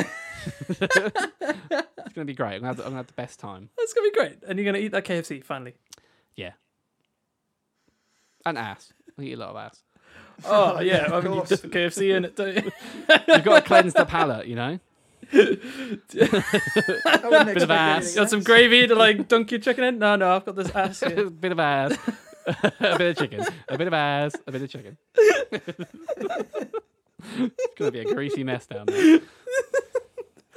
Speaker 1: it's gonna be great. I'm gonna, have the, I'm gonna have the best time.
Speaker 3: That's gonna be great. And you're gonna eat that KFC finally.
Speaker 1: Yeah. And ass. I eat a lot of ass.
Speaker 3: Oh yeah. I mean, you
Speaker 2: course.
Speaker 3: dip the KFC in it. Don't you?
Speaker 1: You've got to cleanse the palate, you know.
Speaker 2: I wouldn't expect
Speaker 1: of ass.
Speaker 2: anything
Speaker 3: Got some
Speaker 2: less.
Speaker 3: gravy to like dunk your chicken in. No, no. I've got this ass. Here.
Speaker 1: bit of ass, a bit of chicken, a bit of ass, a bit of chicken. it's gonna be a greasy mess down there.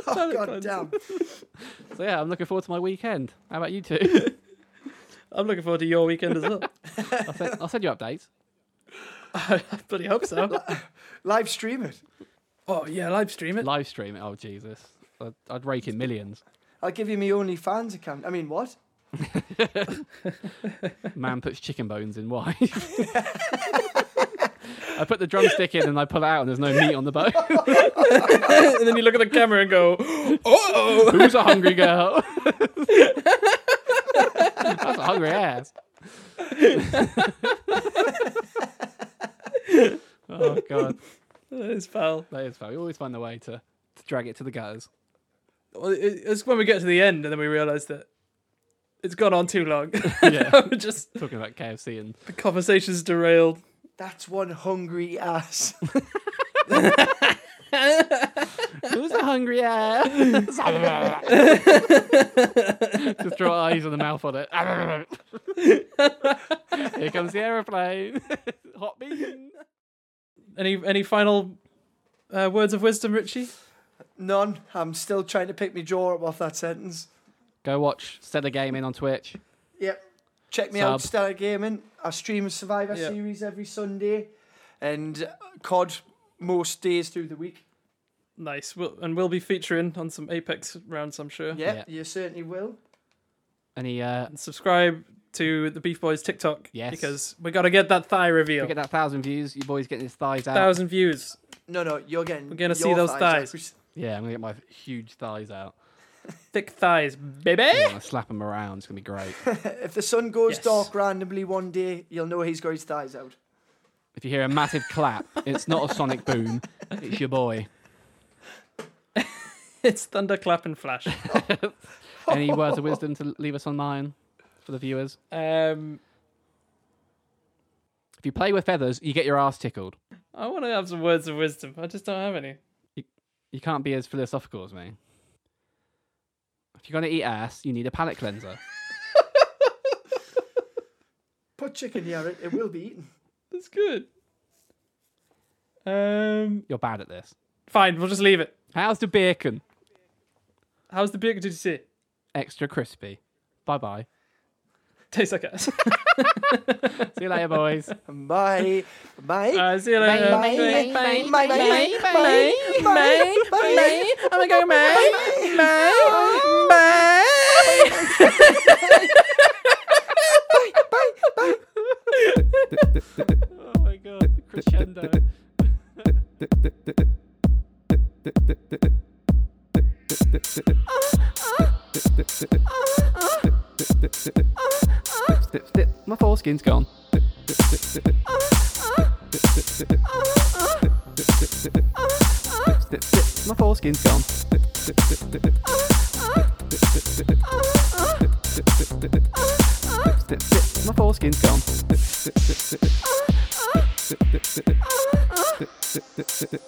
Speaker 2: Oh, God damn.
Speaker 1: So yeah, I'm looking forward to my weekend. How about you two?
Speaker 3: I'm looking forward to your weekend as well.
Speaker 1: I'll send, I'll send you updates.
Speaker 3: I bloody hope so.
Speaker 2: Live stream it.
Speaker 3: Oh yeah, live stream it.
Speaker 1: Live stream it. Oh Jesus, I'd, I'd rake in millions.
Speaker 2: I'll give you my OnlyFans account. I mean, what?
Speaker 1: Man puts chicken bones in wine. I put the drumstick in and I pull it out and there's no meat on the bone.
Speaker 3: and then you look at the camera and go, "Oh,
Speaker 1: Who's a hungry girl? That's a hungry ass. oh god,
Speaker 3: it's foul."
Speaker 1: that is fun. We always find a way to, to drag it to the gutters.
Speaker 3: Well, it- It's when we get to the end and then we realise that it's gone on too long.
Speaker 1: Yeah,
Speaker 3: Just
Speaker 1: talking about KFC and
Speaker 3: the conversation's derailed.
Speaker 2: That's one hungry ass.
Speaker 1: who's a hungry ass? Just draw eyes and a mouth on it. Here comes the aeroplane. Hot bean.
Speaker 3: Any any final uh, words of wisdom, Richie?
Speaker 2: None. I'm still trying to pick my jaw up off that sentence.
Speaker 1: Go watch Stellar Gaming on Twitch.
Speaker 2: Yep. Check me out,
Speaker 1: Sub.
Speaker 2: Stellar Gaming. I stream a Survivor
Speaker 3: Yeah.
Speaker 2: series every Sunday and uh, COD most days through the week.
Speaker 3: Nice. We'll, and we'll be featuring on some Apex rounds, I'm sure.
Speaker 2: Yeah,
Speaker 1: Yeah.
Speaker 2: you certainly will.
Speaker 1: Any uh
Speaker 3: And subscribe to the Beef Boys TikTok.
Speaker 1: Yes.
Speaker 3: Because we got to get that thigh reveal.
Speaker 1: we get that thousand views, your boy's getting his thighs out.
Speaker 3: Thousand views.
Speaker 2: No, no, you're getting.
Speaker 3: We're gonna
Speaker 2: your
Speaker 3: see those
Speaker 2: thighs.
Speaker 3: thighs.
Speaker 1: Yeah, I'm gonna get my huge thighs out.
Speaker 3: Thick thighs, baby.
Speaker 1: I'm gonna slap them around, it's gonna be great.
Speaker 2: If the sun goes
Speaker 3: Yes.
Speaker 2: dark randomly one day, you'll know he's got his thighs out.
Speaker 1: If you hear a massive clap, it's not a sonic boom, it's your boy.
Speaker 3: it's thunderclap and flash.
Speaker 1: Any words of wisdom to leave us online for the viewers?
Speaker 3: Um,
Speaker 1: If you play with feathers, you get your ass tickled.
Speaker 3: I want to have some words of wisdom. I just don't have any.
Speaker 1: You can't be as philosophical as me. If you're gonna eat ass, you need a palate cleanser.
Speaker 2: Put chicken here, it, it will be eaten.
Speaker 3: That's good. Um,
Speaker 1: You're bad at this.
Speaker 3: fine. We'll just leave it.
Speaker 1: How's the bacon?
Speaker 3: How's the bacon? Did you see?
Speaker 1: Extra crispy. Bye bye.
Speaker 3: Tastes like ass.
Speaker 1: See you later, boys.
Speaker 2: Bye. Bye.
Speaker 3: uh, see you later.
Speaker 2: Bye.
Speaker 3: Bye.
Speaker 2: Bye. Bye. Bye.
Speaker 3: Bye. Bye. Bye. I'm gonna go, Bye. Bye.
Speaker 1: Oh my god, crescendo. Snip, snip, my foreskin's gone. Snip, snip, my foreskin's gone. Snip, snip, my foreskin's gone. Snip,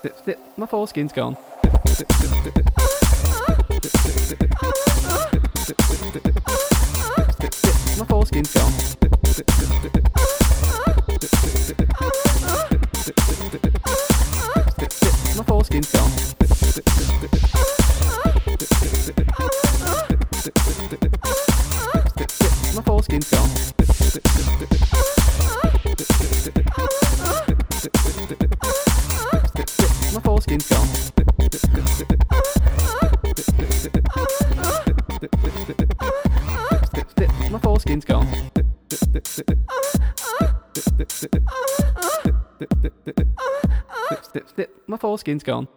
Speaker 1: snip, snip, my foreskin's gone. Snip, snip, my foreskin's gone. Snip, snip, my foreskin's gone. Snip, snip, my foreskin's gone. Snip, snip, my foreskin's gone. Snip, snip, my foreskin's gone. Snip, snip, my foreskin's gone.